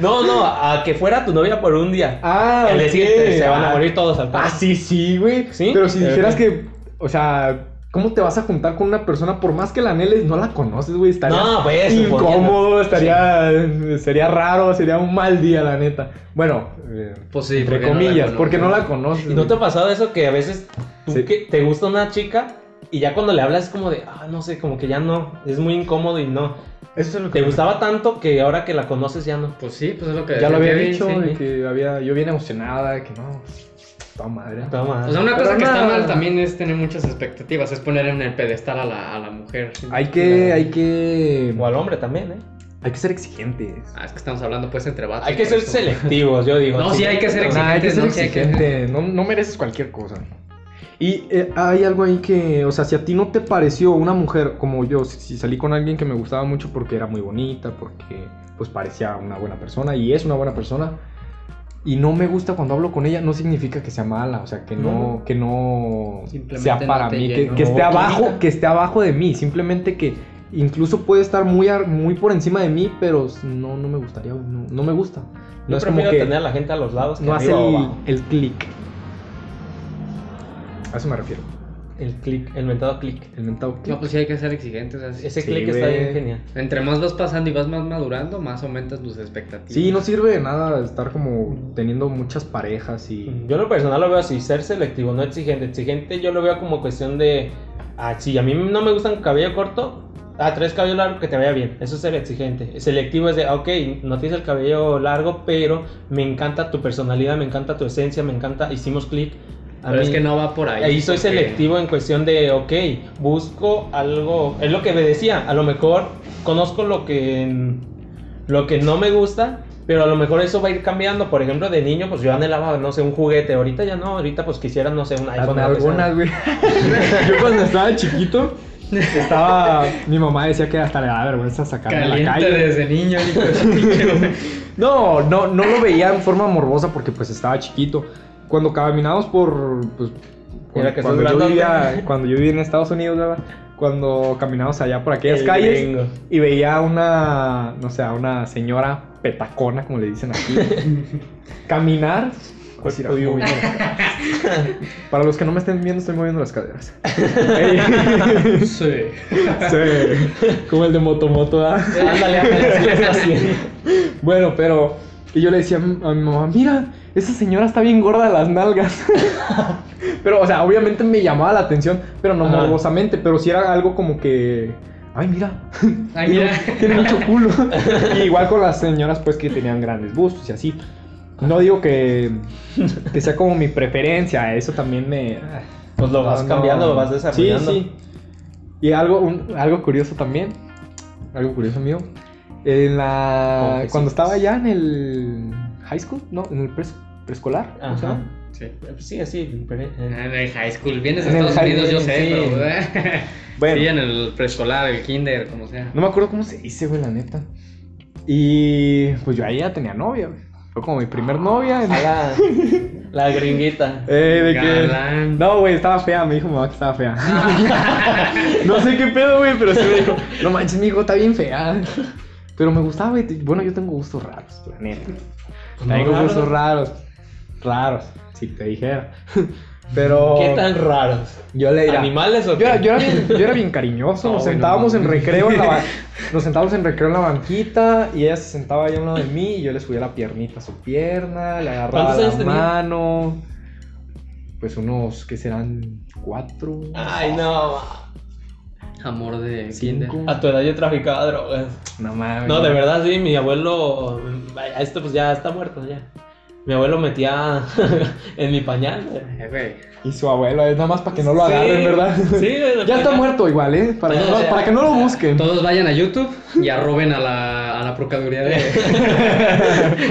Speaker 2: No, no, a que fuera tu novia por un día.
Speaker 1: Ah,
Speaker 2: El
Speaker 1: ok.
Speaker 2: siguiente se van a
Speaker 1: Ah.
Speaker 2: morir todos al
Speaker 1: Ah,
Speaker 2: paso.
Speaker 1: sí, sí, güey.
Speaker 2: Sí,
Speaker 1: Pero si
Speaker 2: de
Speaker 1: dijeras
Speaker 2: verdad.
Speaker 1: que, o sea, ¿cómo te vas a juntar con una persona por más que la anheles? No la conoces, güey. Estaría
Speaker 2: No, pues.
Speaker 1: incómodo, estaría, sería raro, sería un mal día, la neta. Bueno, eh,
Speaker 3: Pues sí,
Speaker 1: entre
Speaker 3: porque no la
Speaker 1: comillas, porque no la
Speaker 3: conoces.
Speaker 1: conoces.
Speaker 2: ¿Y no te
Speaker 1: güey.
Speaker 2: ha pasado eso que a veces tú
Speaker 1: Sí.
Speaker 2: que te gusta una chica y ya cuando le hablas es como de, ah, no sé, como que ya no, es muy incómodo y no.
Speaker 1: Eso es lo que
Speaker 2: Te gustaba tanto que ahora que la conoces ya no.
Speaker 3: Pues sí, pues es lo que
Speaker 1: Ya lo había
Speaker 3: que
Speaker 1: dicho,
Speaker 3: dice.
Speaker 1: de que había, yo bien emocionada, que no, pues, toda madre.
Speaker 2: Toma.
Speaker 3: O sea, una
Speaker 1: Pero
Speaker 3: cosa que está
Speaker 1: no.
Speaker 3: mal también es tener muchas expectativas, es poner en el pedestal a la, a la mujer.
Speaker 1: Hay que, hay que,
Speaker 2: O al hombre también, ¿eh?
Speaker 1: hay que ser exigentes.
Speaker 3: Ah, es que estamos hablando pues entre vatos.
Speaker 2: Hay que
Speaker 3: por
Speaker 2: ser
Speaker 3: eso.
Speaker 2: selectivos, yo digo.
Speaker 3: No, sí, hay que ser
Speaker 1: Nah, hay que ser
Speaker 3: exigentes, ¿no? Sí, hay que-
Speaker 1: exigente. No, no mereces cualquier cosa. Y eh, hay algo ahí que, o sea, si a ti no te pareció una mujer como yo, si, si salí con alguien que me gustaba mucho porque era muy bonita, porque pues parecía una buena persona y es una buena persona, y no me gusta cuando hablo con ella, no significa que sea mala, o sea, que no, que no
Speaker 3: Simplemente
Speaker 1: sea
Speaker 3: no
Speaker 1: para
Speaker 3: te
Speaker 1: mí, que,
Speaker 3: llenó
Speaker 1: que esté
Speaker 3: química.
Speaker 1: abajo, que esté abajo de mí, simplemente que incluso puede estar muy, ar- muy por encima de mí, pero no, no me gustaría, no, no me gusta. No
Speaker 2: Yo
Speaker 1: es como
Speaker 2: prefiero
Speaker 1: que
Speaker 2: tener a la gente a los lados. que
Speaker 1: no hace
Speaker 2: arriba o
Speaker 1: el,
Speaker 2: abajo.
Speaker 1: el clic. A eso me refiero.
Speaker 2: el clic, el mentado clic.
Speaker 1: El mentado clic.
Speaker 3: No, pues sí hay que ser exigentes. o sea, sí.
Speaker 2: Ese
Speaker 1: Sí,
Speaker 2: clic está bien
Speaker 1: güey.
Speaker 2: genial.
Speaker 3: Entre más vas pasando y vas más madurando, más aumentas tus expectativas.
Speaker 1: sí, no sirve de nada estar como teniendo muchas parejas y.
Speaker 2: Yo en lo personal lo veo así, ser selectivo, no exigente. Exigente yo lo veo como cuestión de, ah, sí, a mí no me gustan cabello corto, ah, tres cabello largo que te vaya bien. Eso es ser exigente. Selectivo es de, ah, ok, no tienes el cabello largo, pero me encanta tu personalidad, me encanta tu esencia, me encanta, hicimos clic. A
Speaker 3: Pero es
Speaker 2: mí-
Speaker 3: que no va por ahí.
Speaker 2: Ahí soy
Speaker 3: porque-
Speaker 2: selectivo en cuestión de, ok, busco algo, es lo que me decía, a lo mejor conozco lo que, lo que no me gusta, pero a lo mejor eso va a ir cambiando. Por ejemplo, de niño, pues yo anhelaba, no sé, un juguete, ahorita ya no, ahorita pues quisiera, no sé, un iPhone. o lo que sea.
Speaker 1: Algunas, güey. Yo cuando estaba chiquito, estaba. Mi mamá decía que hasta le daba vergüenza sacarme a la
Speaker 3: Caliente
Speaker 1: calle.
Speaker 3: desde niño, hijo de-
Speaker 1: No, no, no lo veía en forma morbosa porque pues estaba chiquito. Cuando caminábamos por, pues,
Speaker 2: Mira que
Speaker 1: cuando,
Speaker 2: estás
Speaker 1: yo
Speaker 2: grandote.
Speaker 1: vivía, cuando yo vivía en Estados Unidos, ¿verdad? cuando caminábamos allá por aquellas
Speaker 2: El
Speaker 1: calles
Speaker 2: gringo.
Speaker 1: y veía a una, no sé, a una señora petacona, como le dicen aquí, caminar. Pues,
Speaker 2: Cuerpo de
Speaker 1: mira,
Speaker 2: uva.
Speaker 1: Para los que no me estén viendo, estoy moviendo las caderas.
Speaker 3: Sí.
Speaker 1: Sí, como el de Motomoto, ¿verdad?
Speaker 2: Ándale, ándale, así le está haciendo.
Speaker 1: Bueno, pero. Y yo le decía a mi a mi mamá, mira, esa señora está bien gorda de las nalgas. pero, o sea, obviamente me llamaba la atención, pero no
Speaker 2: Ajá.
Speaker 1: morbosamente, pero si era algo como que. Ay, mira, Ah,
Speaker 3: Ay, mira.
Speaker 1: tiene mucho culo. Y igual con las señoras, pues, que tenían grandes bustos y así. No digo que, que sea como mi preferencia, eso también me...
Speaker 2: Pues lo vas
Speaker 1: No,
Speaker 2: cambiando,
Speaker 1: no.
Speaker 2: lo vas desarrollando.
Speaker 1: Sí, sí. Y algo, un- algo curioso también, algo curioso mío, en la,
Speaker 2: Confesiones.
Speaker 1: cuando estaba ya en el high school, no, en el pres- preescolar, ¿cómo se
Speaker 2: Ajá.
Speaker 1: llama?
Speaker 3: Sí.
Speaker 2: Sí, así. pero- eh,
Speaker 3: En el Ah, high school, vienes a
Speaker 1: En el
Speaker 3: Estados
Speaker 1: high-
Speaker 3: Unidos, yo sé,
Speaker 2: sí.
Speaker 3: pero.
Speaker 1: Bueno.
Speaker 3: Sí, en el preescolar, el kinder, como sea.
Speaker 1: No me acuerdo cómo se dice, güey, la neta. Y pues yo ahí ya tenía novia, güey. Fue como mi primer novia.
Speaker 2: a la, la gringuita.
Speaker 1: Eh, de que...
Speaker 3: Galán.
Speaker 1: No, güey, estaba fea, me dijo mi mamá que estaba fea.
Speaker 2: Ah.
Speaker 1: no sé qué pedo, güey, pero sí me dijo, no manches, mi hijo está bien fea. Pero me gustaba, güey. te- Bueno, yo tengo gustos raros, la neta.
Speaker 2: Pues no,
Speaker 1: tengo
Speaker 2: raro.
Speaker 1: gustos raros. Raros, si te dijera. Pero
Speaker 2: ¿Qué tan raros?
Speaker 1: yo le diría.
Speaker 2: ¿Animales o
Speaker 1: Yo era,
Speaker 2: qué?
Speaker 1: yo era bien, yo era bien cariñoso,
Speaker 3: No,
Speaker 1: nos
Speaker 3: güey, no
Speaker 1: sentábamos en
Speaker 3: mames.
Speaker 1: recreo en la ba- nos sentábamos en recreo en la banquita y ella se sentaba ahí a un lado de mí y yo le subía la piernita a su pierna, le agarraba
Speaker 2: ¿Cuántos
Speaker 1: la
Speaker 2: años tenía?
Speaker 1: mano. Pues unos que serán cuatro,
Speaker 2: Ay, no. ma.
Speaker 3: Amor de kinder.
Speaker 1: cinco.
Speaker 2: A tu edad yo traficaba drogas.
Speaker 1: No mames.
Speaker 2: No, de verdad, sí, mi abuelo. vaya, Este pues ya está muerto, ya. Mi abuelo metía en mi pañal. güey.
Speaker 3: Eh, güey.
Speaker 1: Y su abuelo, es nada más para que no lo
Speaker 2: Sí,
Speaker 1: agarren, ¿verdad?
Speaker 2: Sí, güey,
Speaker 1: Ya está
Speaker 2: pañal.
Speaker 1: muerto igual, ¿eh? Para que,
Speaker 2: Ya,
Speaker 1: no,
Speaker 2: ya.
Speaker 1: para que no lo busquen.
Speaker 3: Todos vayan a YouTube y arroben a la, a la la Procuraduría de...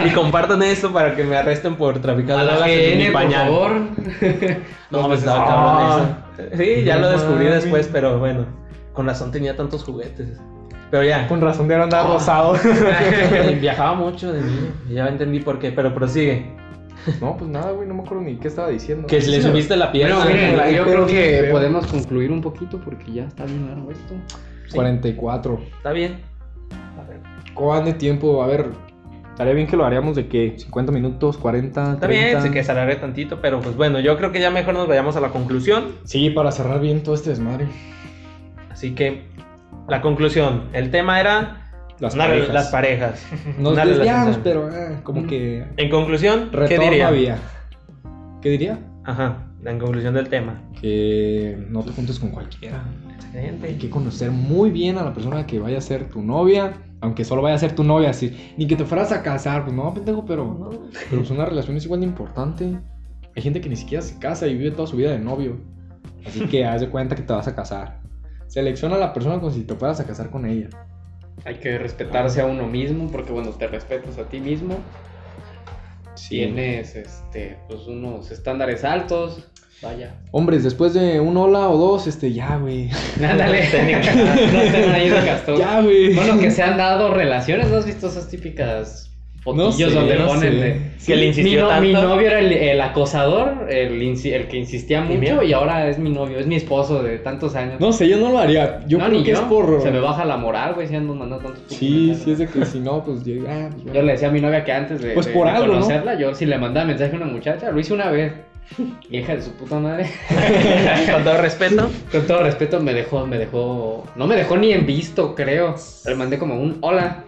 Speaker 2: y compartan esto para que me arresten por traficar
Speaker 3: A la
Speaker 2: drogas en mi
Speaker 3: GN, por
Speaker 2: pañal.
Speaker 3: favor.
Speaker 2: No, pues
Speaker 3: está
Speaker 2: estaba cabrón eso. Sí, ya
Speaker 1: Ah. No
Speaker 2: lo descubrí
Speaker 1: mames.
Speaker 2: después, pero bueno. Con razón tenía tantos juguetes. Pero ya.
Speaker 1: Con razón de andar
Speaker 2: Ah.
Speaker 1: rosado.
Speaker 2: Viajaba mucho de niño. y Ya entendí por qué, pero prosigue.
Speaker 1: no, pues nada, güey, no me acuerdo ni qué estaba diciendo.
Speaker 2: Que le subiste la pierna.
Speaker 3: Bueno, Pues miren,
Speaker 1: la-
Speaker 3: yo
Speaker 1: pero
Speaker 3: creo que
Speaker 1: feo.
Speaker 3: podemos concluir un poquito porque ya está bien largo esto.
Speaker 1: 44.
Speaker 2: Está bien.
Speaker 1: ¿Cuánto tiempo? A ver, estaría bien que lo haríamos de qué? 50 minutos, 40,
Speaker 2: Está bien,
Speaker 1: 30?
Speaker 2: sé que se alargue tantito, pero pues bueno, yo creo que ya mejor nos vayamos a la conclusión.
Speaker 1: Sí, para cerrar bien todo este desmadre.
Speaker 2: Así que, la conclusión. El tema era
Speaker 1: Las
Speaker 2: una-
Speaker 1: parejas.
Speaker 2: las parejas.
Speaker 1: Nos
Speaker 2: una
Speaker 1: desviamos,
Speaker 2: relación.
Speaker 1: pero ah, como que
Speaker 2: En conclusión, ¿qué
Speaker 1: retorno
Speaker 2: diría?
Speaker 1: había. ¿Qué diría?
Speaker 2: Ajá, en conclusión del tema.
Speaker 1: Que no te juntes con cualquiera. Hay
Speaker 2: Excelente.
Speaker 1: que conocer muy bien a la persona que vaya a ser tu novia, aunque solo vaya a ser tu novia, así. Ni que te fueras a casar, pues no, pendejo, pero, pero pues una relación es igual de importante. Hay gente que ni siquiera se casa y vive toda su vida de novio. Así que haz de cuenta que te vas a casar. Selecciona a la persona con si te fueras a casar con ella.
Speaker 3: Hay que respetarse a uno mismo porque cuando te respetas a ti mismo, tienes este, pues unos estándares altos. Vaya.
Speaker 1: Hombres, después de un hola o dos, este, ya, güey.
Speaker 3: Ándale.
Speaker 2: Técnica.
Speaker 3: no estén ahí de Castor.
Speaker 1: Ya, güey.
Speaker 3: Bueno, que se han dado relaciones, ¿no has visto esas típicas
Speaker 1: No
Speaker 3: fotillos
Speaker 1: sé,
Speaker 3: donde
Speaker 1: no
Speaker 3: ponen
Speaker 1: sé.
Speaker 3: de...
Speaker 2: Que le
Speaker 3: Mi,
Speaker 2: insistió
Speaker 3: no- mi
Speaker 2: tanto.
Speaker 3: novio era el, el acosador, el, insi- el que insistía
Speaker 2: Y mira.
Speaker 3: mucho y ahora es mi novio, es mi esposo de tantos años.
Speaker 1: No sé, yo no lo haría. Yo
Speaker 3: No,
Speaker 1: creo
Speaker 3: ni
Speaker 1: que es por.
Speaker 3: Se me baja la moral, güey, si ando mandando tantos
Speaker 1: Sí,
Speaker 3: comentarios.
Speaker 1: sí, es de que si no, pues yo. ah, pues, bueno.
Speaker 3: Yo le decía a mi novia que antes de,
Speaker 1: Pues
Speaker 3: de-
Speaker 1: por
Speaker 3: de
Speaker 1: algo, ¿no?
Speaker 3: conocerla, yo si le mandaba mensaje a una muchacha, lo hice una vez. Vieja de su puta madre.
Speaker 2: Con todo respeto.
Speaker 3: Con todo respeto, me dejó, me dejó. No me dejó ni en visto, creo. Le mandé como un hola.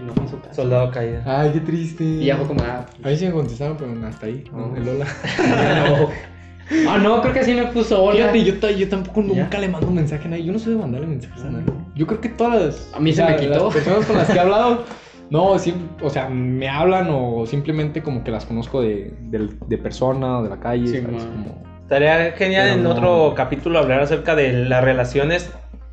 Speaker 3: Y no fue en su casa.
Speaker 2: Soldado caído.
Speaker 1: Ay, qué triste.
Speaker 3: Y ya fue como, ah,
Speaker 1: A mí sí me contestaron, pero hasta ahí. ¿no?
Speaker 3: No.
Speaker 1: El hola.
Speaker 3: no. Ah, no, creo que así me puso hola.
Speaker 1: Fíjate, yo, ta- yo tampoco
Speaker 2: ¿Ya?
Speaker 1: nunca le mando mensaje a nadie. Yo no soy de mandarle mensajes a nadie. Yo creo que todas las.
Speaker 3: A mí se
Speaker 1: o sea,
Speaker 3: me quitó.
Speaker 1: Las personas con las que he hablado. No, siem- o sea, me hablan o simplemente como que las conozco de, del- de persona o de la calle.
Speaker 3: Sí,
Speaker 1: ¿sabes?
Speaker 3: man.
Speaker 1: Como-
Speaker 2: Estaría genial
Speaker 1: Pero
Speaker 2: en
Speaker 1: no.
Speaker 2: otro capítulo hablar acerca de las relaciones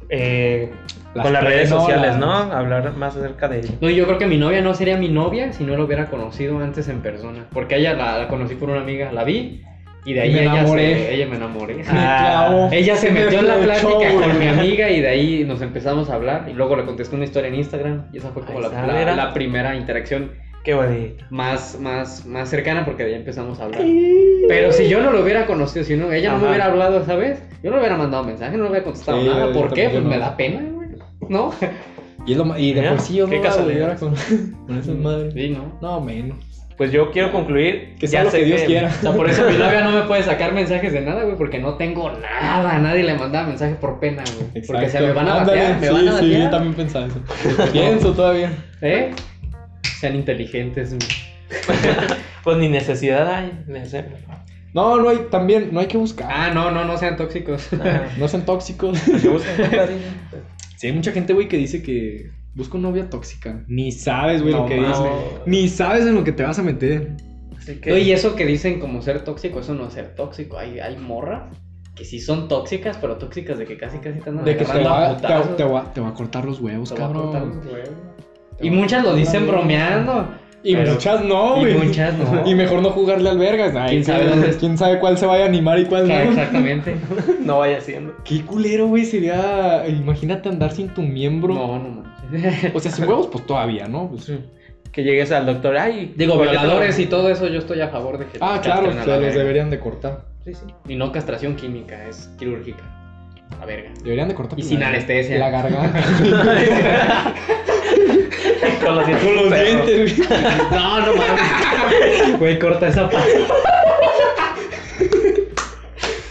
Speaker 2: eh,
Speaker 1: Las
Speaker 2: con las redes
Speaker 1: pre- no,
Speaker 2: sociales,
Speaker 1: las-
Speaker 2: ¿no? Hablar más acerca de ello.
Speaker 3: No, yo creo que mi novia no sería mi novia si no la hubiera conocido antes en persona. Porque ella la, la conocí por una amiga, la vi y de
Speaker 1: Y
Speaker 3: ahí
Speaker 1: me
Speaker 3: ella,
Speaker 1: enamoré.
Speaker 3: se- ella me enamoré.
Speaker 1: Me
Speaker 2: Ah,
Speaker 1: clavó.
Speaker 3: Ella se
Speaker 1: Me
Speaker 3: metió en la
Speaker 1: flechó,
Speaker 3: plática
Speaker 1: güey.
Speaker 3: con mi amiga y de ahí nos empezamos a hablar. Y luego le contesté una historia en Instagram y esa fue como
Speaker 2: Ahí
Speaker 3: la,
Speaker 2: está,
Speaker 3: la-
Speaker 2: mira.
Speaker 3: la primera interacción
Speaker 2: Qué bonito.
Speaker 3: más, más, más cercana porque de ahí empezamos a hablar. Pero si yo no lo hubiera conocido, si no, ella no
Speaker 2: Ajá.
Speaker 3: me hubiera hablado esa vez, yo no le hubiera mandado mensaje, no le hubiera contestado
Speaker 1: Sí,
Speaker 3: nada.
Speaker 1: yo
Speaker 3: ¿Por qué?
Speaker 1: tampoco
Speaker 3: Pues me
Speaker 1: no.
Speaker 3: da pena, güey. ¿No?
Speaker 1: Y, es lo ma- y de
Speaker 2: Mira,
Speaker 1: por sí yo
Speaker 2: qué
Speaker 1: no la
Speaker 2: casualidad.
Speaker 1: ahora con, con esas madres.
Speaker 3: Sí, no.
Speaker 1: No, menos.
Speaker 2: Pues yo quiero concluir.
Speaker 1: Que sea lo
Speaker 2: sé
Speaker 1: que Dios quiera.
Speaker 3: O sea, por eso mi novia no me puede sacar mensajes de nada, güey, porque no tengo nada. Nadie le mandaba mensajes por pena, güey. Porque se me van a
Speaker 1: Ándale,
Speaker 3: batear, me
Speaker 1: sí,
Speaker 3: van a
Speaker 1: sí, yo
Speaker 3: batear.
Speaker 1: también pensaba eso. Pienso todavía.
Speaker 3: ¿Eh? Sean inteligentes, güey.
Speaker 2: Pues ni necesidad hay. de hacerlo.
Speaker 1: No, no hay, también, no hay que buscar.
Speaker 3: Ah, no, no, no sean tóxicos.
Speaker 2: Ah,
Speaker 1: No sean tóxicos.
Speaker 2: yo busco un cariño.
Speaker 1: Sí, hay mucha gente, güey, que dice que busca una novia tóxica. Ni sabes, güey, lo
Speaker 3: No,
Speaker 1: que
Speaker 3: mames.
Speaker 1: dice. Ni sabes en lo que te vas a meter.
Speaker 2: Así que-
Speaker 3: Oye, eso que dicen como ser tóxico, eso no es ser tóxico. Hay, hay morras que sí son tóxicas, pero tóxicas de que casi casi están
Speaker 1: De que te
Speaker 3: agarrando
Speaker 1: va,
Speaker 3: a putazos.
Speaker 1: te- te va- te va a cortar los huevos,
Speaker 3: Te va a cortar
Speaker 1: cabrón.
Speaker 3: los huevos. Y muchas lo dicen bromeando.
Speaker 1: Y
Speaker 3: pero-
Speaker 1: muchas no,
Speaker 3: y
Speaker 1: güey.
Speaker 3: muchas no.
Speaker 1: Y mejor no jugarle al vergas. Ay,
Speaker 3: ¿Quién sabe
Speaker 1: qué-
Speaker 3: dónde-
Speaker 1: ¿Quién sabe cuál se vaya a animar y cuál no?
Speaker 3: Exactamente.
Speaker 2: No vaya siendo.
Speaker 1: Qué culero, güey, sería. Imagínate andar sin tu miembro.
Speaker 3: No, no manches.
Speaker 1: O sea, sin huevos, pues todavía, ¿no? Pues-
Speaker 2: Que llegues al doctor. Ay,
Speaker 3: Digo,
Speaker 2: ¿por qué te lo-
Speaker 3: violadores y todo eso, yo estoy a favor de que.
Speaker 1: Ah,
Speaker 3: los
Speaker 1: claro,
Speaker 3: castren a
Speaker 1: se
Speaker 3: la
Speaker 1: los
Speaker 3: verga.
Speaker 1: deberían de cortar.
Speaker 2: Sí, sí.
Speaker 3: Y no castración química, es quirúrgica. A verga.
Speaker 1: Deberían de cortar.
Speaker 3: Y sin
Speaker 1: la-
Speaker 3: anestesia.
Speaker 1: La garganta.
Speaker 2: Con los dientes.
Speaker 1: Con los
Speaker 2: perro.
Speaker 1: dientes, güey.
Speaker 3: No, no mames. Güey, corta esa parte.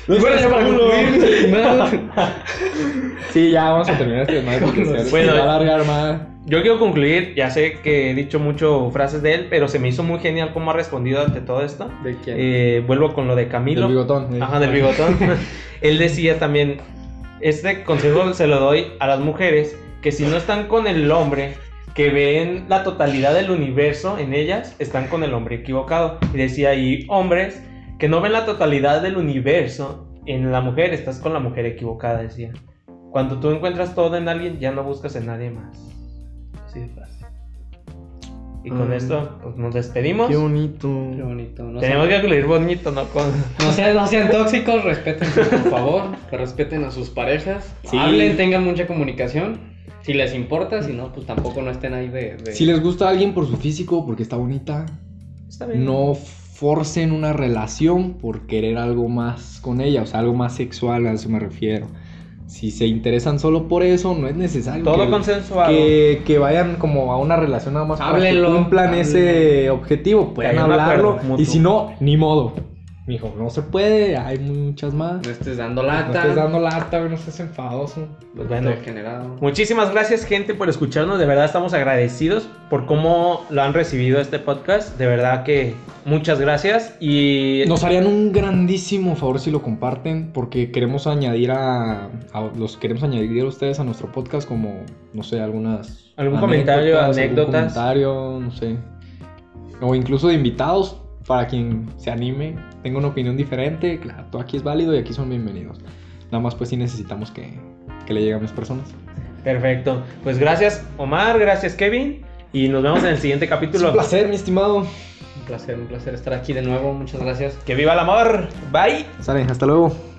Speaker 1: Los
Speaker 3: Bueno, ya para
Speaker 1: culos.
Speaker 3: concluir. No.
Speaker 1: Sí, ya vamos a terminar este desmadre porque se, se
Speaker 2: Bueno,
Speaker 1: va a alargar más.
Speaker 2: Yo quiero concluir, ya sé que he dicho mucho frases de él, pero se me hizo muy genial cómo ha respondido ante todo esto.
Speaker 3: ¿De quién?
Speaker 2: Eh, vuelvo con lo de
Speaker 1: El
Speaker 2: Camilo.
Speaker 1: bigotón. eh.
Speaker 2: Ajá, del bigotón. Él decía también, este consejo se lo doy a las mujeres, que si no están con el hombre, que ven la totalidad del universo en ellas, están con el hombre equivocado. Y decía, y hombres que no ven la totalidad del universo en la mujer, estás con la mujer equivocada, decía. Cuando tú encuentras todo en alguien, ya no buscas en nadie más. Así de fácil. Y con
Speaker 1: Ay.
Speaker 2: esto pues, nos despedimos.
Speaker 1: Mm. Qué bonito.
Speaker 3: Qué bonito. No sean,
Speaker 2: Tenemos que concluir bonito, ¿no? Con...
Speaker 3: no sean, no sean tóxicos, respeten, por favor. que respeten a sus parejas.
Speaker 1: Sí.
Speaker 3: Hablen, tengan mucha comunicación. Si les importa, si no, pues tampoco no estén ahí de. de-
Speaker 1: Si les gusta a alguien por su físico, porque está bonita,
Speaker 2: Está bien.
Speaker 1: no forcen una relación por querer algo más con ella, o sea, algo más sexual, a eso me refiero. Si se interesan solo por eso, no es necesario
Speaker 2: Todo
Speaker 1: que,
Speaker 2: consensuado.
Speaker 1: que, que vayan como a una relación nada más para
Speaker 3: Háblenlo,
Speaker 1: que cumplan ese objetivo, puedan
Speaker 2: haya un
Speaker 1: hablarlo,
Speaker 2: acuerdo
Speaker 1: y
Speaker 2: mutuo.
Speaker 1: si no, ni modo. Mijo, no se puede, hay muchas más.
Speaker 3: No estés dando
Speaker 1: No
Speaker 3: lata.
Speaker 1: estés dando lata, güey, no estés enfadoso.
Speaker 2: Pues bueno.
Speaker 3: Degenerado.
Speaker 2: Muchísimas gracias, gente, por escucharnos. De verdad estamos agradecidos por cómo lo han recibido este podcast. De verdad que muchas gracias. Y
Speaker 1: Nos harían un grandísimo favor si lo comparten, porque queremos añadir a, a- los queremos añadir a ustedes a nuestro podcast como no sé algunas
Speaker 2: Algún comentario, anécdotas.
Speaker 1: algún comentario, no sé, o incluso de invitados para quien se anime, tenga una opinión diferente, claro, todo aquí es válido y aquí son bienvenidos. Nada más pues sí necesitamos que, que le lleguen a más personas.
Speaker 2: perfecto. Pues gracias, Omar. Gracias, Kevin. Y nos vemos en el siguiente
Speaker 1: Es un
Speaker 2: capítulo.
Speaker 1: placer, mi estimado.
Speaker 3: Un placer, un placer estar aquí de nuevo. Muchas gracias.
Speaker 2: Que viva el amor. Bye.
Speaker 1: Sale, hasta luego.